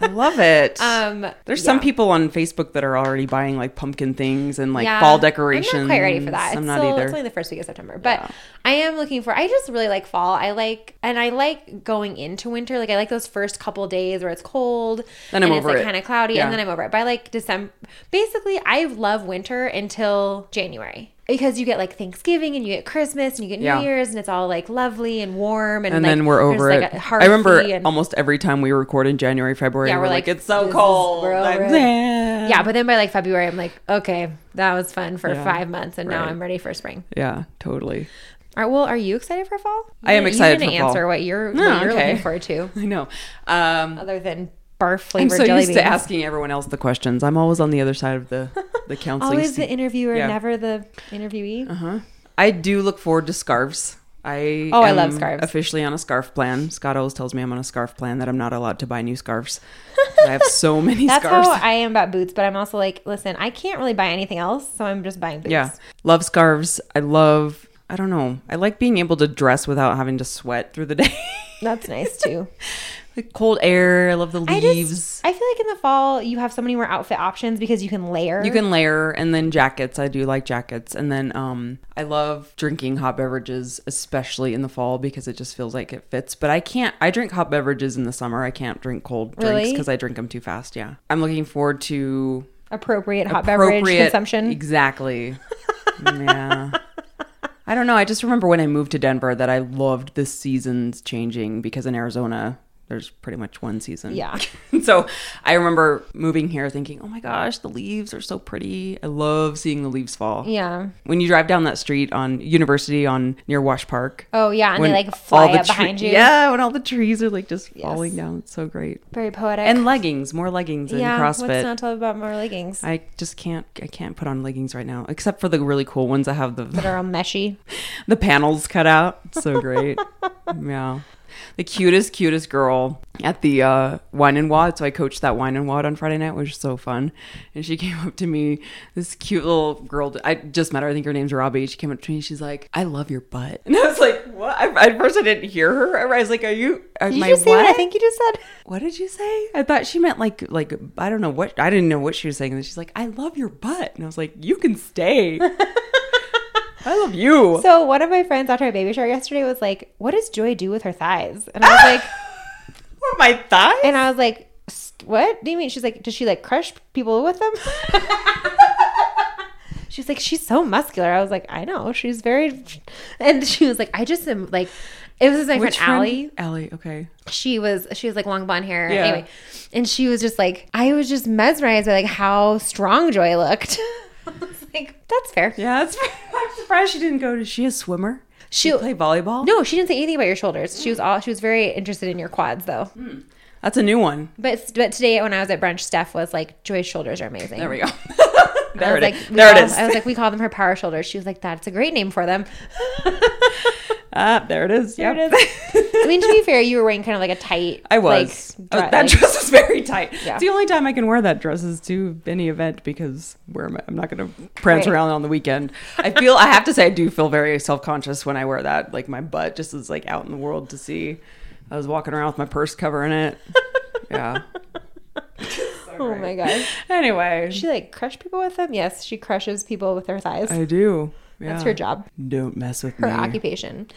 I love it.
um,
There's some
yeah.
people on Facebook that are already buying like pumpkin things and like
Yeah.
fall decorations.
I'm not quite ready for that. It's
I'm not
still-
either.
It's only the first week of September, but I am looking for. I just really like fall. I like and I like going into winter. Like I like those first couple days where it's cold
Then I'm
and it's
over
like
it.
kind of cloudy,
Yeah.
and then I'm over it. By like December, basically, I love winter until January. Because you get like Thanksgiving and you get Christmas and you get New
Yeah.
Year's and it's all like lovely and warm and,
and
like,
then we're
there's,
over
like, a
it.
heart
I remember
fee and-
almost every time we record in January, February,
Yeah,
we're,
we're
like,
like,
it's so
this is-
cold.
we're
Like,
over it.
yeah.
yeah, but then by like February, I'm like, okay, that was fun for five months, and now
right.
I'm ready for spring.
Yeah, totally.
All right, well, are you excited for fall?
I am
You-
excited
You didn't
for fall.
answer what you're
No,
what you're
okay.
looking forward to,
I know. Um,
other than barf
I'm
flavored
so
jelly
used
beans.
to asking everyone else the questions. I'm always on the other side of the, the counseling
Always
seat.
the interviewer,
Yeah.
never the interviewee.
Uh-huh. I do look forward to scarves. I
Oh, I
am
love scarves.
Officially on a scarf plan. Scott always tells me I'm on a scarf plan that I'm not allowed to buy new scarves. I have so many
That's
scarves.
how I am about boots, but I'm also like, listen, I can't really buy anything else, so I'm just buying boots.
yeah, love scarves. I love. I don't know. I like being able to dress without having to sweat through the day.
that's nice too.
the cold air. I love the
I
leaves.
just I feel like in the fall you have so many more outfit options because you can layer.
you can layer and then jackets. I do like jackets. And then um I love drinking hot beverages especially in the fall because it just feels like it fits. But I can't I drink hot beverages in the summer. I can't drink cold drinks
Really?
cuz I drink them too fast. Yeah. I'm looking forward to
appropriate hot beverage
appropriate
consumption.
Exactly. yeah. I don't know. I just remember when I moved to Denver that I loved the seasons changing because in Arizona there's pretty much one season.
Yeah.
so I remember moving here thinking, oh my gosh, the leaves are so pretty. I love seeing the leaves fall.
Yeah.
When you drive down that street on University on near Wash Park.
Oh yeah, and
when
they like fly
all the
up behind
tre-
you.
Yeah, when all the trees are like just
Yes.
falling down. It's so great.
Very poetic.
And leggings, more leggings in
yeah,
CrossFit.
what's not to love about more leggings
I just can't I can't put on leggings right now, except for the really cool ones that have the
that are all meshy?
the panels cut out. It's so great. yeah. The cutest, cutest girl at the uh, wine and wad. So I coached that wine and wad on Friday night, which was so fun. And she came up to me, this cute little girl. I just met her. I think her name's Robbie. She came up to me. She's like, "I love your butt," and I was like, "What?" I, at first, I didn't hear her. I was like, "Are you? Are
Did
my
you just say what?
what?"
I think you just said?
what did you say? I thought she meant like like I don't know what I didn't know what she was saying. And then she's like, I love your butt. And I was like, You can stay. I love you.
So one of my friends after a baby shower yesterday was like, "What does Joy do with her thighs?" And I was like,
What, my thighs?
and I was like, "S- "What do you mean?" She's like, "Does she like crush people with them?" She's like, "She's so muscular." I was like, "I know, she's very," and she was like, "I just am like." It was my friend Allie.
Allie, okay.
she was she was like long blonde hair
Yeah.
anyway and she was just like i was just mesmerized by like how strong joy looked I was like that's fair
Yeah, that's I'm surprised she didn't go. Is she a swimmer?
she
Play volleyball?
no she didn't say anything about your shoulders she was all she was very interested in your quads though
That's a new one.
but but today when i was at brunch steph was like joy's shoulders are amazing
There we go.
I
there
was
it is.
like, we
There it
call-
is.
I was like, we call them her power shoulders. She was like, that's a great name for them.
Ah, there it is.
There
Yep.
it I mean, to be fair, you were wearing kind of like a tight.
I was.
Like,
Uh,
dre-
that
like-
dress is very tight.
Yeah.
It's the only time I can wear that dress is to any event because where am I? I'm not going to prance
Right.
around on the weekend. I feel I have to say I do feel very self conscious when I wear that. Like my butt just is like out in the world to see. I was walking around with my purse covering it. yeah.
oh my gosh.
Anyway,
She like crushed people with them. Yes, she crushes people with her thighs.
I do. Yeah.
That's her job.
Don't mess with
her
me.
occupation.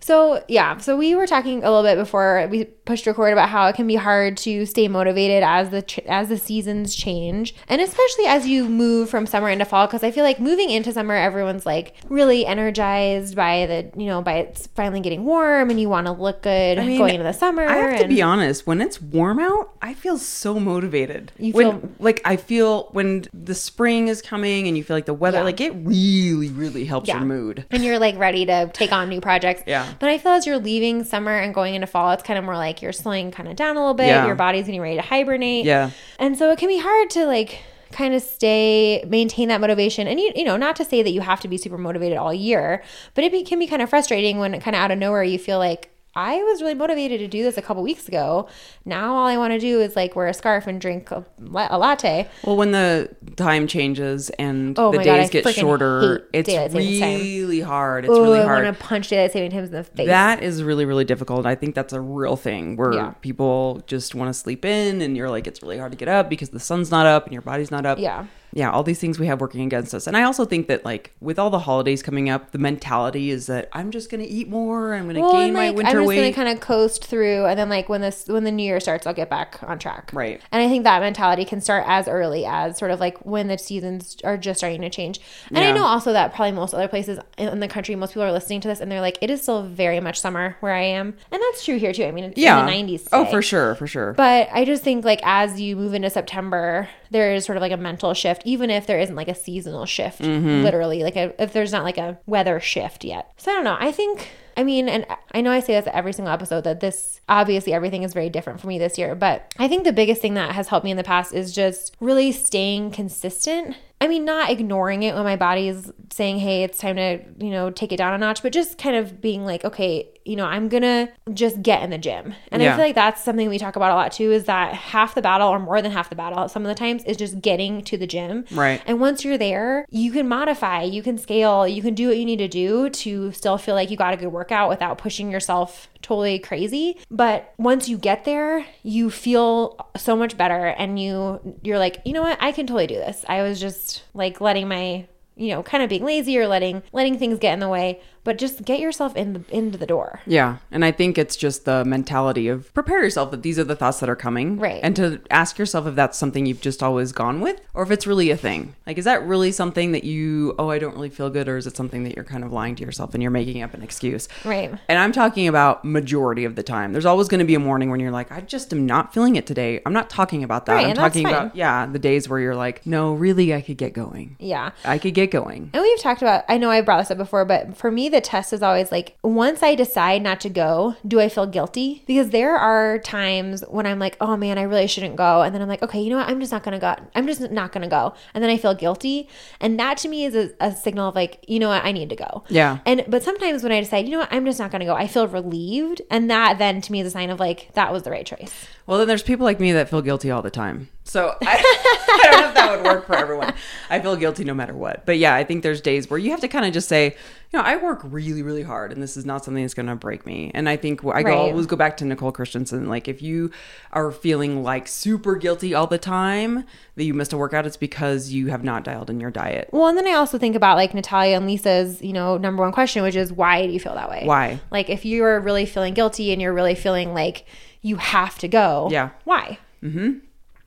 So, yeah, so we were talking a little bit before we pushed record about how it can be hard to stay motivated as the ch- as the seasons change, and especially as you move from summer into fall cuz I feel like moving into summer everyone's like really energized by the, you know, by it's finally getting warm and you want to look good
I mean,
going into the summer.
I have to
and-
be honest. When it's warm out, I feel so motivated.
You
when,
feel-
like I feel when the spring is coming and you feel like the weather,
Yeah.
like it really, really helps
Yeah.
your mood.
and you're like ready to take on new projects.
Yeah.
But I feel as you're leaving summer and going into fall, it's kind of more like you're slowing kind of down a little bit.
Yeah.
Your body's getting ready to hibernate.
Yeah.
And so it can be hard to like kind of stay maintain that motivation and you, you know not to say that you have to be super motivated all year but it be, can be kind of frustrating when kind of out of nowhere you feel like i was really motivated to do this a couple weeks ago now all i want to do is like wear a scarf and drink a, la- a latte
Well, when the time changes and
Oh
the
my God,
days
I
get
freaking
shorter,
hate
it's
daylight savings time.
really hard. It's
oh
really
i
hard.
want to punch daylight saving times in the face
That is really, really difficult. I think that's a real thing where
Yeah.
people just want to sleep in and you're like, it's really hard to get up because the sun's not up and your body's not up.
Yeah.
Yeah. All these things we have working against us. And I also think that, like, with all the holidays coming up, the mentality is that I'm just going to eat more. I'm going to gain
and,
my
like,
winter
I'm just
weight.
gonna kind of coast through, and then like when this when the new year starts, I'll get back on track.
Right.
And I think that mentality can start as early as sort of like when the seasons are just starting to change. And I
Yeah.
know also that probably most other places in in the country, most people are listening to this, and they're like, it is still very much summer where I am, and that's true here too. I mean, it's
yeah.
in the 90s.
Oh,
today.
for sure. For sure.
But I just think like as you move into September, there is sort of like a mental shift, even if there isn't like a seasonal shift,
Mm-hmm.
literally, like a, if there's not like a weather shift yet. So I don't know. I think. I mean, and I know I say this every single episode that this obviously everything is very different for me this year, but I think the biggest thing that has helped me in the past is just really staying consistent. I mean, not ignoring it when my body is saying, hey, it's time to, you know, take it down a notch, but just kind of being like, okay, you know, I'm gonna just get in the gym. And I
Yeah.
feel like like that's something we talk about a lot too is that half the battle or more than half the battle some of the times is just getting to the gym
Right.
and once you're there you can modify you can scale you can do what you need to do to still feel like you got a good workout without pushing yourself totally crazy but once you get there you feel so much better and you you're like you know what i can totally do this i was just like letting my you know kind of being lazy or letting letting things get in the way but just get yourself in the into the door.
Yeah. And I think it's just the mentality of prepare yourself that these are the thoughts that are coming.
Right.
And to ask yourself if that's something you've just always gone with or if it's really a thing. Like, is that really something that you, oh, I don't really feel good? Or is it something that you're kind of lying to yourself and you're making up an excuse?
Right.
And I'm talking about majority of the time. There's always going to be a morning when you're like, I just am not feeling it today. I'm not talking about that.
Right,
I'm
and that's
talking
fine.
about, yeah, the days where you're like, no, really, I could get going.
Yeah.
I could get going.
And we've talked about, I know I brought this up before, but for me, the test is always like, once I decide not to go, do I feel guilty? Because there are times when I'm like, oh man, I really shouldn't go. And then I'm like, okay, you know what? I'm just not going to go. I'm just not going to go. And then I feel guilty. And that to me is a, a signal of like, you know what? I need to go.
Yeah.
And, but sometimes when I decide, you know what? I'm just not going to go, I feel relieved. And that then to me is a sign of like, that was the right choice.
Well, then there's people like me that feel guilty all the time. So I, I don't know if that would work for everyone. I feel guilty no matter what. But yeah, I think there's days where you have to kind of just say, you know, I work really, really hard and this is not something that's going to break me. And I think I go,
Right.
always go back to Nicole Christensen. Like, if you are feeling like super guilty all the time that you missed a workout, it's because you have not dialed in your diet.
Well, and then I also think about like Natalia and Lisa's, you know, number one question, which is why do you feel that way?
Why?
Like if you're really feeling guilty and you're really feeling like you have to go,
Yeah.
Why? Mm-hmm.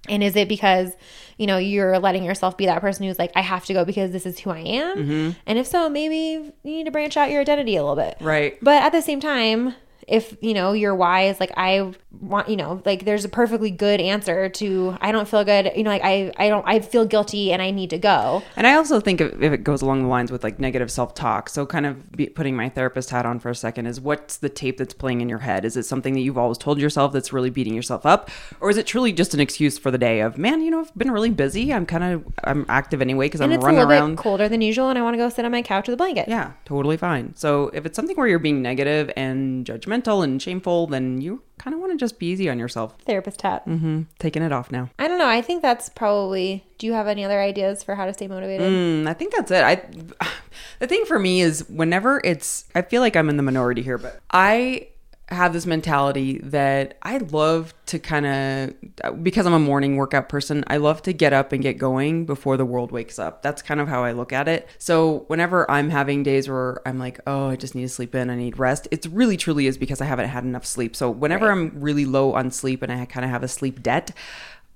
And is it because you know you're letting yourself be that person who's like, I have to go because this is who I am?
Mm-hmm.
And if so, maybe you need to branch out your identity a little bit,
Right.
But at the same time. If you know your why is like I want, you know, like there's a perfectly good answer to I don't feel good, you know, like I I don't I feel guilty and I need to go.
And I also think if if it goes along the lines with like negative self talk, so kind of be putting my therapist hat on for a second is what's the tape that's playing in your head? Is it something that you've always told yourself that's really beating yourself up? Or is it truly just an excuse for the day of, man, you know, I've been really busy. I'm kind of, I'm active anyway because I'm
and it's a
running
little
around.
bit colder than usual and i want to go sit on my couch with a blanket
Yeah, totally fine. So if it's something where you're being negative and judgmental and shameful, then you kind of want to just be easy on yourself.
therapist hat
hmm Taking it off now.
i don't know i think that's probably do you have any other ideas for how to stay motivated
Mm, I think that's it. I the thing for me is whenever it's I feel like I'm in the minority here, but I have this mentality that I love to kind of because I'm a morning workout person, I love to get up and get going before the world wakes up. That's kind of how I look at it. So whenever I'm having days where I'm like, "Oh, I just need to sleep in, I need rest." It's really truly is because I haven't had enough sleep. So whenever I'm really low on sleep and I kind of have a sleep debt,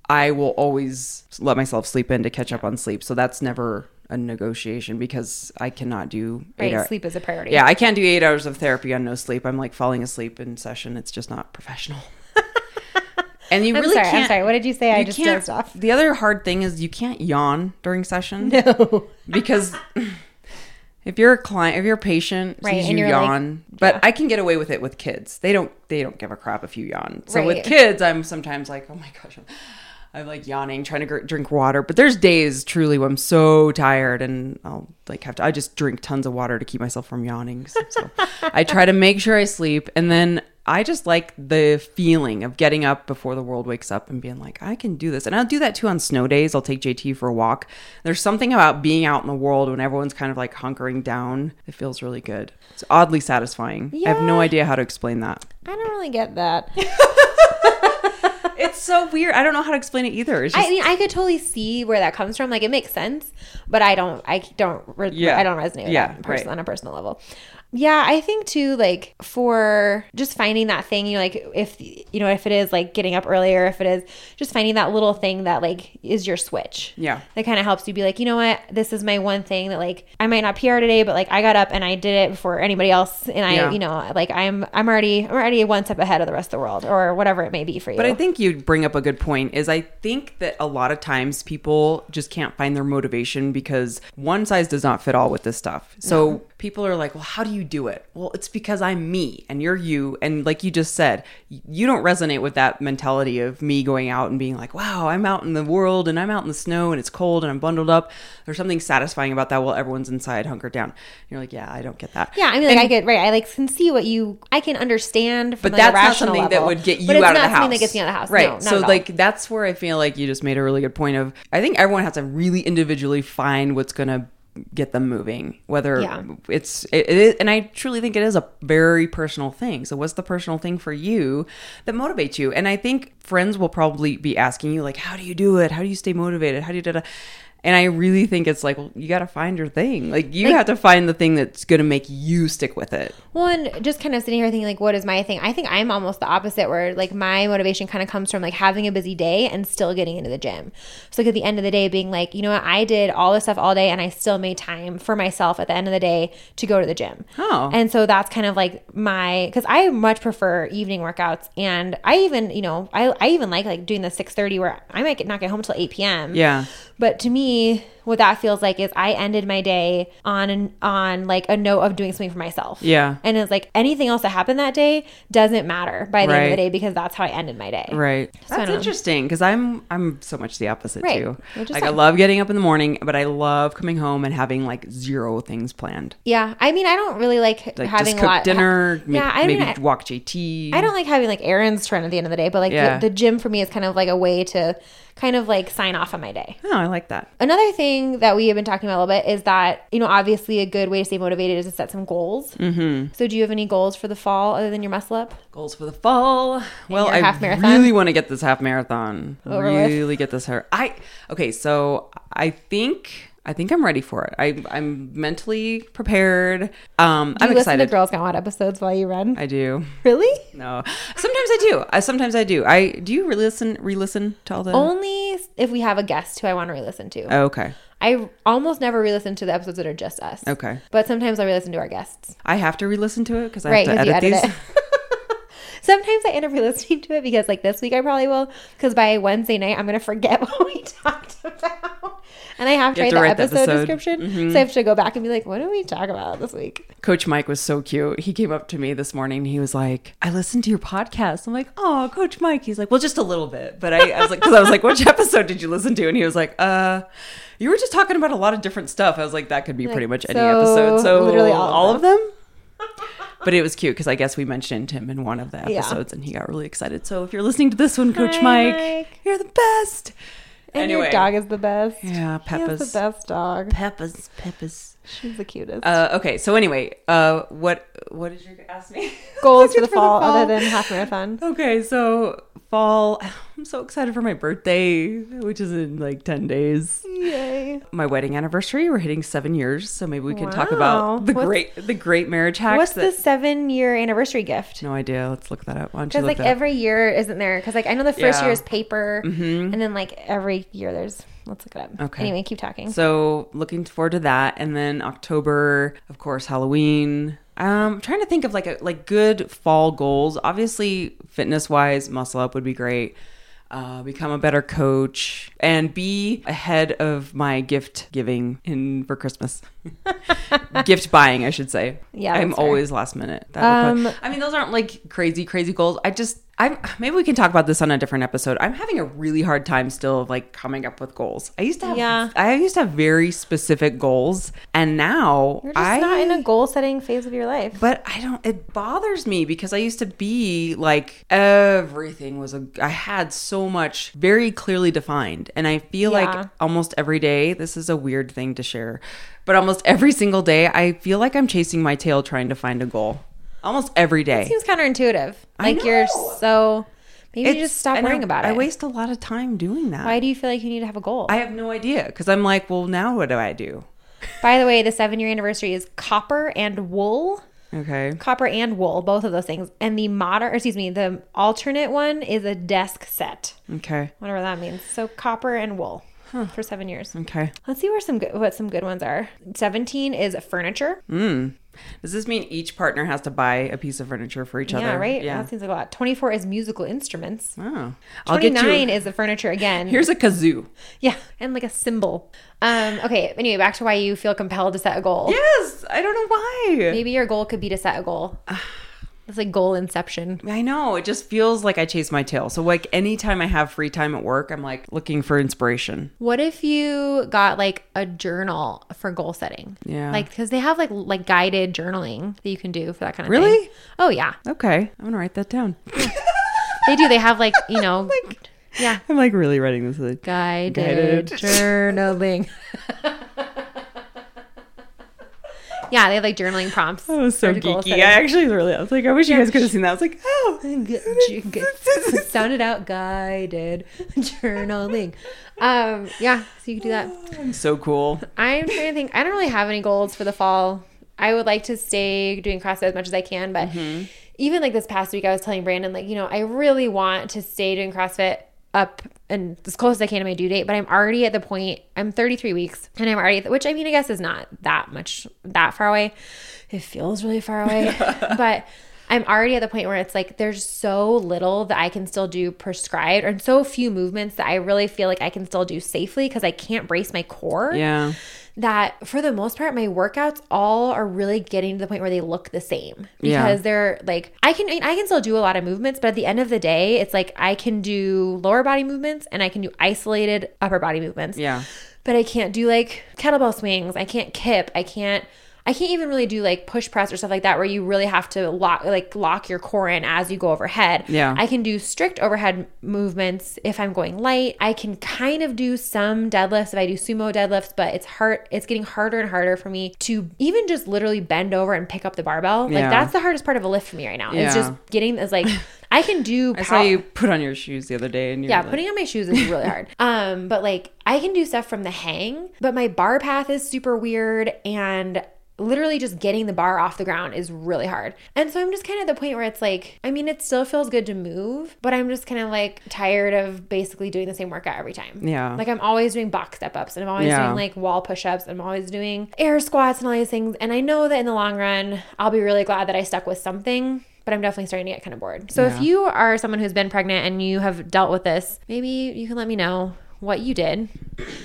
I will always let myself sleep in to catch up on sleep. So that's never a negotiation because I cannot do eight
right
hours.
sleep is a priority
Yeah, I can't do eight hours of therapy on no sleep. I'm like falling asleep in session. It's just not professional. and you
i'm
really
sorry
can't.
i'm sorry what did you say i
you
just
can't-
dozed off
The other hard thing is you can't yawn during session. No, because. If you're a client, if you're a patient,
Right,
sees
and
you
you're like-
yawn, but I can get away with it with kids. They don't, they don't give a crap if you yawn. So with
Right.
kids, I'm sometimes like, oh my gosh, I'm, I'm like yawning, trying to gr- drink water. But there's days truly when I'm so tired and I'll like have to, I just drink tons of water to keep myself from yawning. So, so I try to make sure I sleep. And then I just like the feeling of getting up before the world wakes up and being like, I can do this. And I'll do that too on snow days. I'll take JT for a walk. There's something about being out in the world when everyone's kind of like hunkering down. It feels really good. It's oddly satisfying. I have no
Yeah.
idea how to explain that.
i don't really get that
It's so weird. I don't know how to explain it either. It's just,
i mean i could totally see where that comes from like it makes sense but i don't i don't re-
Yeah.
i don't resonate with
Yeah,
that person,
right.
on a personal level yeah i think too like for just finding that thing you know, like if you know if it is like getting up earlier if it is just finding that little thing that like is your switch
yeah.
that kind of helps you be like, you know what, this is my one thing that like I might not PR today, but like I got up and I did it before anybody else, and I,
Yeah.
you know, like I'm I'm already I'm already one step ahead of the rest of the world or whatever it may be for you.
But I think you bring up a good point is I think that a lot of times people just can't find their motivation because one size does not fit all with this stuff. So people are like, "Well, how do you do it?" Well, it's because I'm me and you're you and like you just said, y- you don't resonate with that mentality of me going out and being like, "Wow, I'm out in the world and I'm out in the snow and it's cold and I'm bundled up." There's something satisfying about that while everyone's inside hunkered down. You're like, "Yeah, I don't get that."
yeah, I mean, like I get right. I like can see what you. I can understand, from,
But
like, a
that's not
rational
something that
level,
would get you
but it's
out of
not
the house.
Something that gets me out of the house,
right?
No, not
so,
at all.
like, that's where I feel like you just made a really good point of. I think everyone has to really individually find what's going to get them moving. Whether
Yeah.
it's it, it is, and I truly think it is a very personal thing. So, what's the personal thing for you that motivates you? And I think friends will probably be asking you like, "How do you do it? How do you stay motivated? How do you da da?" And I really think it's like well, you got to find your thing. Like you
Like-
have to find the thing that's going to make you stick with it.
One, just kind of sitting here thinking, like, what is my thing? I think I'm almost the opposite, where like my motivation kind of comes from like having a busy day and still getting into the gym. So, like, at the end of the day, being like, you know what, I did all this stuff all day and I still made time for myself at the end of the day to go to the gym.
Oh.
And so that's kind of like my, because I much prefer evening workouts. And I even, you know, I, I even like like doing the 6.30 where I might get, not get home till 8 p.m.
Yeah.
But to me, what that feels like is I ended my day on an, on like a note of doing something for myself.
Yeah.
And it's like anything else that happened that day doesn't matter by the end of
Right.
the day because that's how I ended my day.
Right.
I
That's
don't-
interesting because I'm I'm so much the opposite
Right,
too.
which is
Like I
fine.
love getting up in the morning, but I love coming home and having like zero things planned.
Yeah. I mean, I don't really like,
Like
having
just
a
cook
lot
dinner, ma-
Yeah, I
maybe
mean, I-
walk JT.
I don't like having like errands to run at the end of the day, but like
Yeah.
the, the gym for me is kind of like a way to kind of like sign off on my day.
No, Oh, I like that.
Another thing that we have been talking about a little bit is that, you know, obviously a good way to stay motivated is to set some goals. Mm-hmm. So, do you have any goals for the fall other than your muscle up?
Goals for the fall. Well,
your
I
half marathon?
really want to get this half marathon.
Over with.
really get this hair. I okay. So I think I think I'm ready for it. I I'm mentally prepared. Um,
Do
I'm
you listen
excited.
to Girls Gone Wild episodes while you run?
I do.
really?
No, sometimes I do. I sometimes I do. I do you re-listen re-listen to all the.
Oh. Only if we have a guest who I want to re-listen to.
Oh, okay.
I almost never re-listen to the episodes that are just us.
Okay.
But sometimes I re-listen to our guests.
I have to re-listen to it because I
Right,
have
'cause
to
you
edit these.
edit Sometimes I end up re-listening to it because like this week I probably will because by Wednesday night I'm gonna forget what we talked about. And I have to,
You
write,
have to write
the
the
episode,
episode. Mm-hmm.
description. So I have to go back and be like, what did we talk about this week?
Coach Mike was so cute. He came up to me this morning. He was like, "I listened to your podcast." I'm like, "Oh, Coach Mike." He's like, "Well, just a little bit." But I, I was like, because I was like, "Which episode did you listen to?" And he was like, "Uh, you were just talking about a lot of different stuff." I was like, "That could be pretty much any
so,
episode." So
literally all of
of them. But it was cute because I guess we mentioned him in one of the
Yeah.
episodes, and he got really excited. So if you're listening to this one, Coach
Hi,
Mike,
Mike.
you're the best.
And your dog is the best.
Yeah,
He is
Peppa's.
the best dog.
Peppa's. Peppa's.
She's the cutest.
Uh, okay, so anyway, uh, what what did you ask me?
Goals for the, fall, other than half marathon.
Okay, so fall. I'm so excited for my birthday, which is in like ten days.
Yay.
My wedding anniversary. We're hitting seven years, so maybe we can talk
Wow.
about the
What's-
great the great marriage hacks.
What's
that-
the seven year anniversary gift?
No idea. Let's look that up. Why don't you
Because
look
like
that up?
every year isn't there? Because like I know the first
Yeah. Mm-hmm.
year is paper, and then like every year there's let's look it up.
Okay.
Anyway, keep talking.
So looking forward to that, and then October, of course, Halloween. Um, I'm trying to think of like a like good fall goals. Obviously, fitness wise, muscle up would be great. Uh, become a better coach and be ahead of my gift giving in for Christmas. gift buying, I should say.
Yeah,
I'm
that's fair.
always last minute. That would
Um,
probably- I mean, those aren't like crazy, crazy goals. I just, I'm maybe we can talk about this on a different episode. I'm having a really hard time still of like coming up with goals. I used to have,
Yeah.
I used to have very specific goals, and now
You're just
I
not in a goal setting phase of your life.
but I don't. It bothers me because I used to be like everything was a. I had so much very clearly defined, and I feel
Yeah.
like almost every day. This is a weird thing to share, but almost every single day, I feel like I'm chasing my tail trying to find a goal. Almost every day.
Seems counterintuitive.
I
Like you're
know.
so maybe you
It's-
just stop
and
worrying
I,
about
I
it.
waste a lot of time doing that.
Why do you feel like you need to have a goal?
I have no idea because I'm like, well, now what do I do?
By the way, the seven year anniversary is copper and wool.
Okay.
Copper and wool, both of those things. And the modern, or excuse me, the alternate one is a desk set,
Okay.
whatever that means. So copper and wool for seven years.
Okay.
Let's see where some good, what some good ones are. Seventeen is furniture.
Mm, Does this mean each partner has to buy a piece of furniture for each other?
Yeah, right.
Yeah.
That seems like a lot. Twenty four is musical instruments.
Oh, I'll
Twenty
get
nine
you.
is the furniture again.
Here's a kazoo.
yeah, and like a symbol. Um. Okay. Anyway, back to why you feel compelled to set a goal.
Yes, I don't know why.
Maybe your goal could be to set a goal.
Ah.
It's like goal inception.
I know it just feels like I chase my tail. So like anytime I have free time at work, I'm like looking for inspiration.
What if you got like a journal for goal setting?
Yeah.
Like, because they have like like guided journaling that you can do for that kind of thing.
Really?
Oh yeah,
Okay, I'm gonna write that down.
they do. They have like you
Oh
know, yeah,
I'm like really writing this. Like,
guided,
Guided.
journaling. Yeah, they had like journaling prompts.
That was so
surgical
geeky.
aesthetic.
I actually really, I was like, I wish you guys could have seen that. I was like, oh,
It sounded out guided journaling. Um, yeah, so you could do that.
I'm so cool.
I'm trying to think. I don't really have any goals for the fall. I would like to stay doing CrossFit as much as I can, but even like this past week, I was telling Brandon, like, you know, I really want to stay doing CrossFit up and as close as I can to my due date, but I'm already at the point, I'm 33 weeks and I'm already, at the, which I mean, I guess is not that much, that far away. It feels really far away, but I'm already at the point where it's like there's so little that I can still do prescribed and so few movements that I really feel like I can still do safely because I can't brace my core
Yeah.
that for the most part my workouts all are really getting to the point where they look the same
Yeah.
because they're like I can I can still do a lot of movements but at the end of the day it's like I can do lower body movements and I can do isolated upper body movements
Yeah.
but I can't do like kettlebell swings I can't kip I can't I can't even really do like push press or stuff like that where you really have to lock like lock your core in as you go overhead
Yeah.
I can do strict overhead movements if I'm going light. I can kind of do some deadlifts if I do sumo deadlifts, but it's hard it's getting harder and harder for me to even just literally bend over and pick up the barbell.
Yeah.
Like that's the hardest part of a lift for me right now.
Yeah.
It's just getting as like I can do
I saw
pow-
you put on your shoes the other day, and you
yeah,
were like,
putting on my shoes is really hard. Um, but like I can do stuff from the hang, but my bar path is super weird and literally just getting the bar off the ground is really hard. And so I'm just kind of at the point where it's like, I mean, it still feels good to move, but I'm just kind of like tired of basically doing the same workout every time.
Yeah.
Like I'm always doing box step ups and I'm always
Yeah.
doing like wall push ups and I'm always doing air squats and all these things. And I know that in the long run, I'll be really glad that I stuck with something. But I'm definitely starting to get kind of bored. So
Yeah.
if you are someone who's been pregnant and you have dealt with this, maybe you can let me know what you did.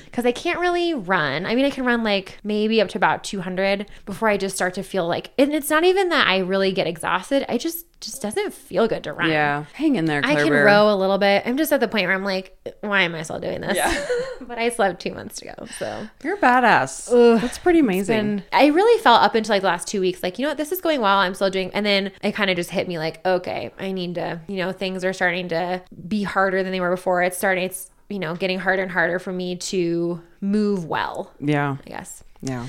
Because I can't really run. I mean, I can run like maybe up to about 200 before I just start to feel like, and it's not even that I really get exhausted. I just, just doesn't feel good to run.
yeah, hang in there,
I
Claire
can
Bear.
row a little bit. I'm just at the point where I'm like, why am I still doing this?
Yeah.
but I slept two months ago. So
You're a badass. That's pretty amazing.
and I really felt up until like the last two weeks, like, you know what, this is going well. I'm still doing. And then it kind of just hit me like, okay, I need to, you know, things are starting to be harder than they were before. It's starting, it's, you know, getting harder and harder for me to move well,
yeah,
I guess.
yeah,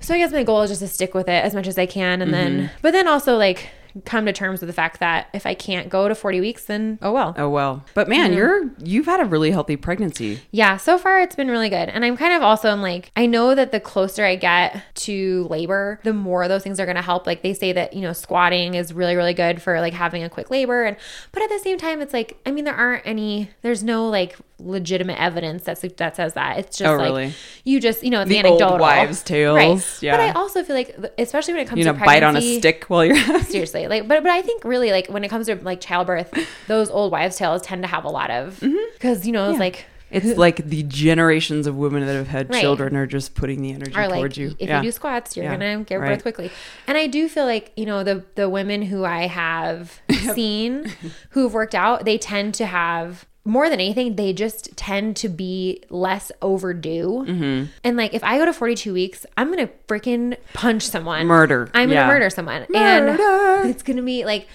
So I guess my goal is just to stick with it as much as I can and then but then also like come to terms with the fact that if I can't go to 40 weeks then oh well.
oh well. But man, you're you've had a really healthy pregnancy.
Yeah, so far it's been really good. And I'm kind of also I'm like I know that the closer I get to labor, the more those things are going to help. Like they say that, you know, squatting is really really good for like having a quick labor and but at the same time it's like I mean there aren't any there's no like legitimate evidence that's that says that. It's just
Oh,
like
really?
you just, you know, it's
The old
anecdotal.
wives' tales,
Right.
yeah.
But I also feel like especially when it comes
You
to
know, bite on a
pregnancy-
stick while you're having.
seriously like but but i think really like when it comes to like childbirth those old wives tales tend to have a lot of
Mm-hmm.
because you know it's like
It's like the generations of women that have had
Right.
children are just putting the energy
or
towards
like
you.
if
yeah.
you do squats you're
Yeah.
gonna give
Right.
birth quickly and i do feel like you know the the women who i have seen who've worked out they tend to have more than anything they just tend to be less overdue
Mm-hmm.
and like if i go to 42 weeks i'm gonna freaking punch someone
Murder.
i'm
Yeah.
gonna murder someone
Murder.
and it's gonna be like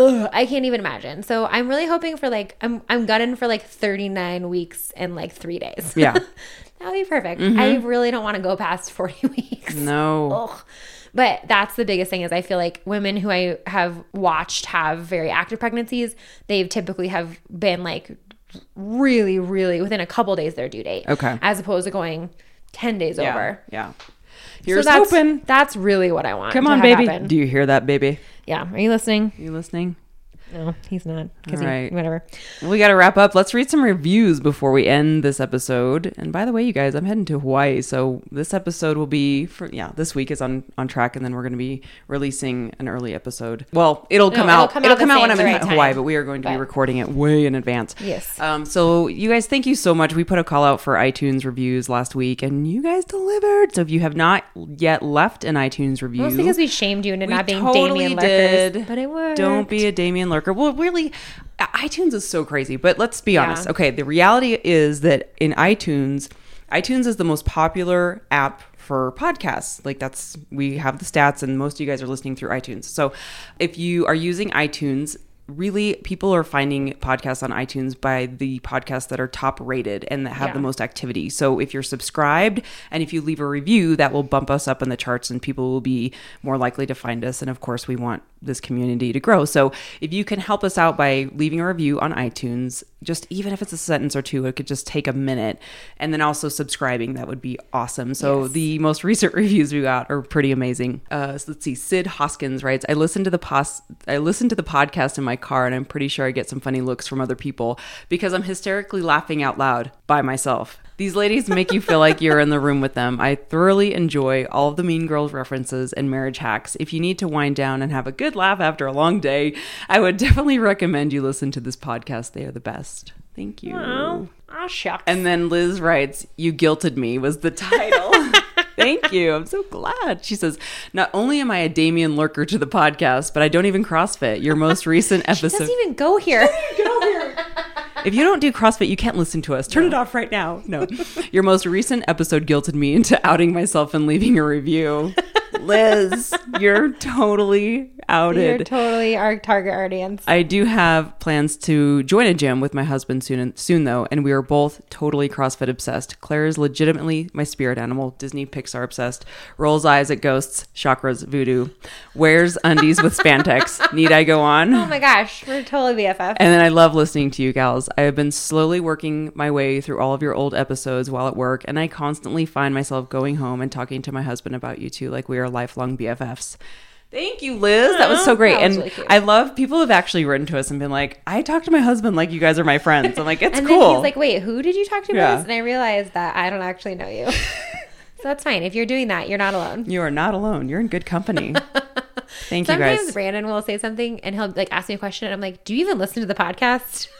Ugh, I can't even imagine. So I'm really hoping for like I'm I'm gunning for like 39 weeks and like three days.
Yeah.
That would be perfect. I
Mm-hmm.
really don't want to go past 40 weeks.
no.
Ugh. But that's the biggest thing is I feel like women who I have watched have very active pregnancies, they've typically have been like really, really within a couple days of their due date.
Okay.
As opposed to going 10 days
Yeah.
over.
Yeah.
So
Here's
that's,
hoping.
That's really what I want.
Come
to
on,
have
baby.
happen.
Do you hear that, baby?
yeah. Are you listening?
You listening?
No, he's not. 'cause
All right.
He, whatever.
We got to wrap up. Let's read some reviews before we end this episode. And by the way, you guys, I'm heading to Hawaii, so this episode will be for yeah, this week is on on track and then we're going to be releasing an early episode. Well, it'll come
it'll
out
come
it'll
out
come
the
out when I'm
same
in
right time.
Hawaii, but we are going to be
But-
recording it way in advance.
Yes.
Um so you guys, thank you so much. We put a call out for iTunes reviews last week and you guys delivered. So if you have not yet left an iTunes review,
Mostly because we shamed you into
we
not being Damien Lurkers. But it worked.
Don't be a Damien lurker. Well, really, i- iTunes is so crazy. But let's be honest.
Yeah.
Okay, the reality is that in iTunes, iTunes is the most popular app for podcasts. Like that's we have the stats, and most of you guys are listening through iTunes. So if you are using iTunes. really people are finding podcasts on iTunes by the podcasts that are top rated and that have
Yeah.
the most activity. So if you're subscribed and if you leave a review, that will bump us up in the charts and people will be more likely to find us. And of course, we want this community to grow. So if you can help us out by leaving a review on iTunes, just even if it's a sentence or two, it could just take a minute. And then also subscribing, that would be awesome. So
Yes.
the the most recent reviews we got are pretty amazing. Uh, so let's see. Sid Hoskins writes, "I listened to the pos- I listened to the podcast in my car, and I'm pretty sure I get some funny looks from other people because I'm hysterically laughing out loud by myself." These ladies make you feel like you're in the room with them. I thoroughly enjoy all of the Mean Girls references and marriage hacks. If you need to wind down and have a good laugh after a long day, I would definitely recommend you listen to this podcast. They are the best. Thank you.
Oh, oh shucks.
And then Liz writes, You Guilted Me was the title. Thank you. I'm so glad. She says, Not only am I a Damien lurker to the podcast, but I don't even CrossFit. Your most recent episode.
doesn't even go here.
if you don't do CrossFit, you can't listen to us. Turn it off right now. No. Your most recent episode guilted me into outing myself and leaving a review. Liz, you're totally outed.
You're totally our target audience.
I do have plans to join a gym with my husband soon, soon though, and we are both totally CrossFit obsessed. Claire is legitimately my spirit animal, Disney Pixar obsessed, rolls eyes at ghosts, chakras, voodoo, wears undies with spandex. Need I go on?
Oh my gosh, we're totally BFF.
And then I love listening to you gals. I have been slowly working my way through all of your old episodes while at work, and I constantly find myself going home and talking to my husband about you two like we are lifelong BFFs. Thank you, Liz. That was so great.
that was
and
really cute.
I love people have actually written to us and been like, I talk to my husband like you guys are my friends. I'm like, it's
and
cool.
then he's like, "Wait, who did you talk to?"
Yeah.
Yeah. And I realized that I don't actually know you. so that's fine. If you're doing that, you're not alone.
you are not alone. You're in good company. Thank
Sometimes
you guys.
Brandon will say something and he'll like ask me a question, and I'm like, "Do you even listen to the podcast?"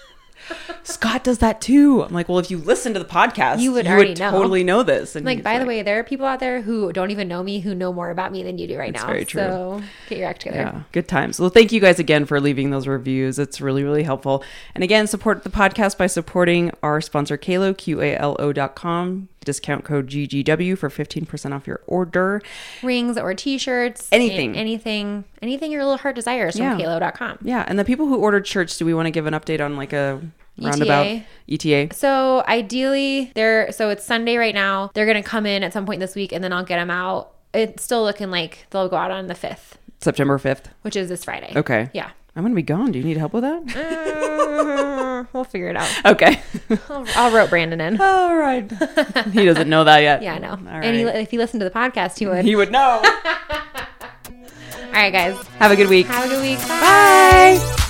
Scott does that too. I'm like, well, if you listen to the podcast,
You would already know.
totally know this. And
I'm like,
he's
by the way, there are people out there who don't even know me who know more about me than you do right now.
very true.
So get your act together.
Yeah, good times. Well, thank you guys again for leaving those reviews. It's really, really helpful. And again, support the podcast by supporting our sponsor, Kalo, Q-A-L-O dot com. Discount code GGW for 15% off your order.
Rings or T-shirts,
Anything.
an- anything, anything your little heart desires from
Yeah.
Kalo.com.
Yeah, and the people who ordered shirts, do we want to give an update on like a roundabout E
ETA?
ETA?
So ideally, they're so it's Sunday right now. They're gonna come in at some point this week, and then I'll get them out. It's still looking like they'll go out on the fifth,
September 5th.
which is this Friday.
Okay.
Yeah.
I'm going to be gone. Do you need help with that?
Uh, we'll figure it out.
okay.
I'll, I'll rope Brandon in.
All right. he doesn't know that yet.
Yeah, I know.
All
And he,
right.
if he listened to the podcast, he would.
He would know.
All right, guys.
Have a good week.
Have a good week. Bye.
Bye.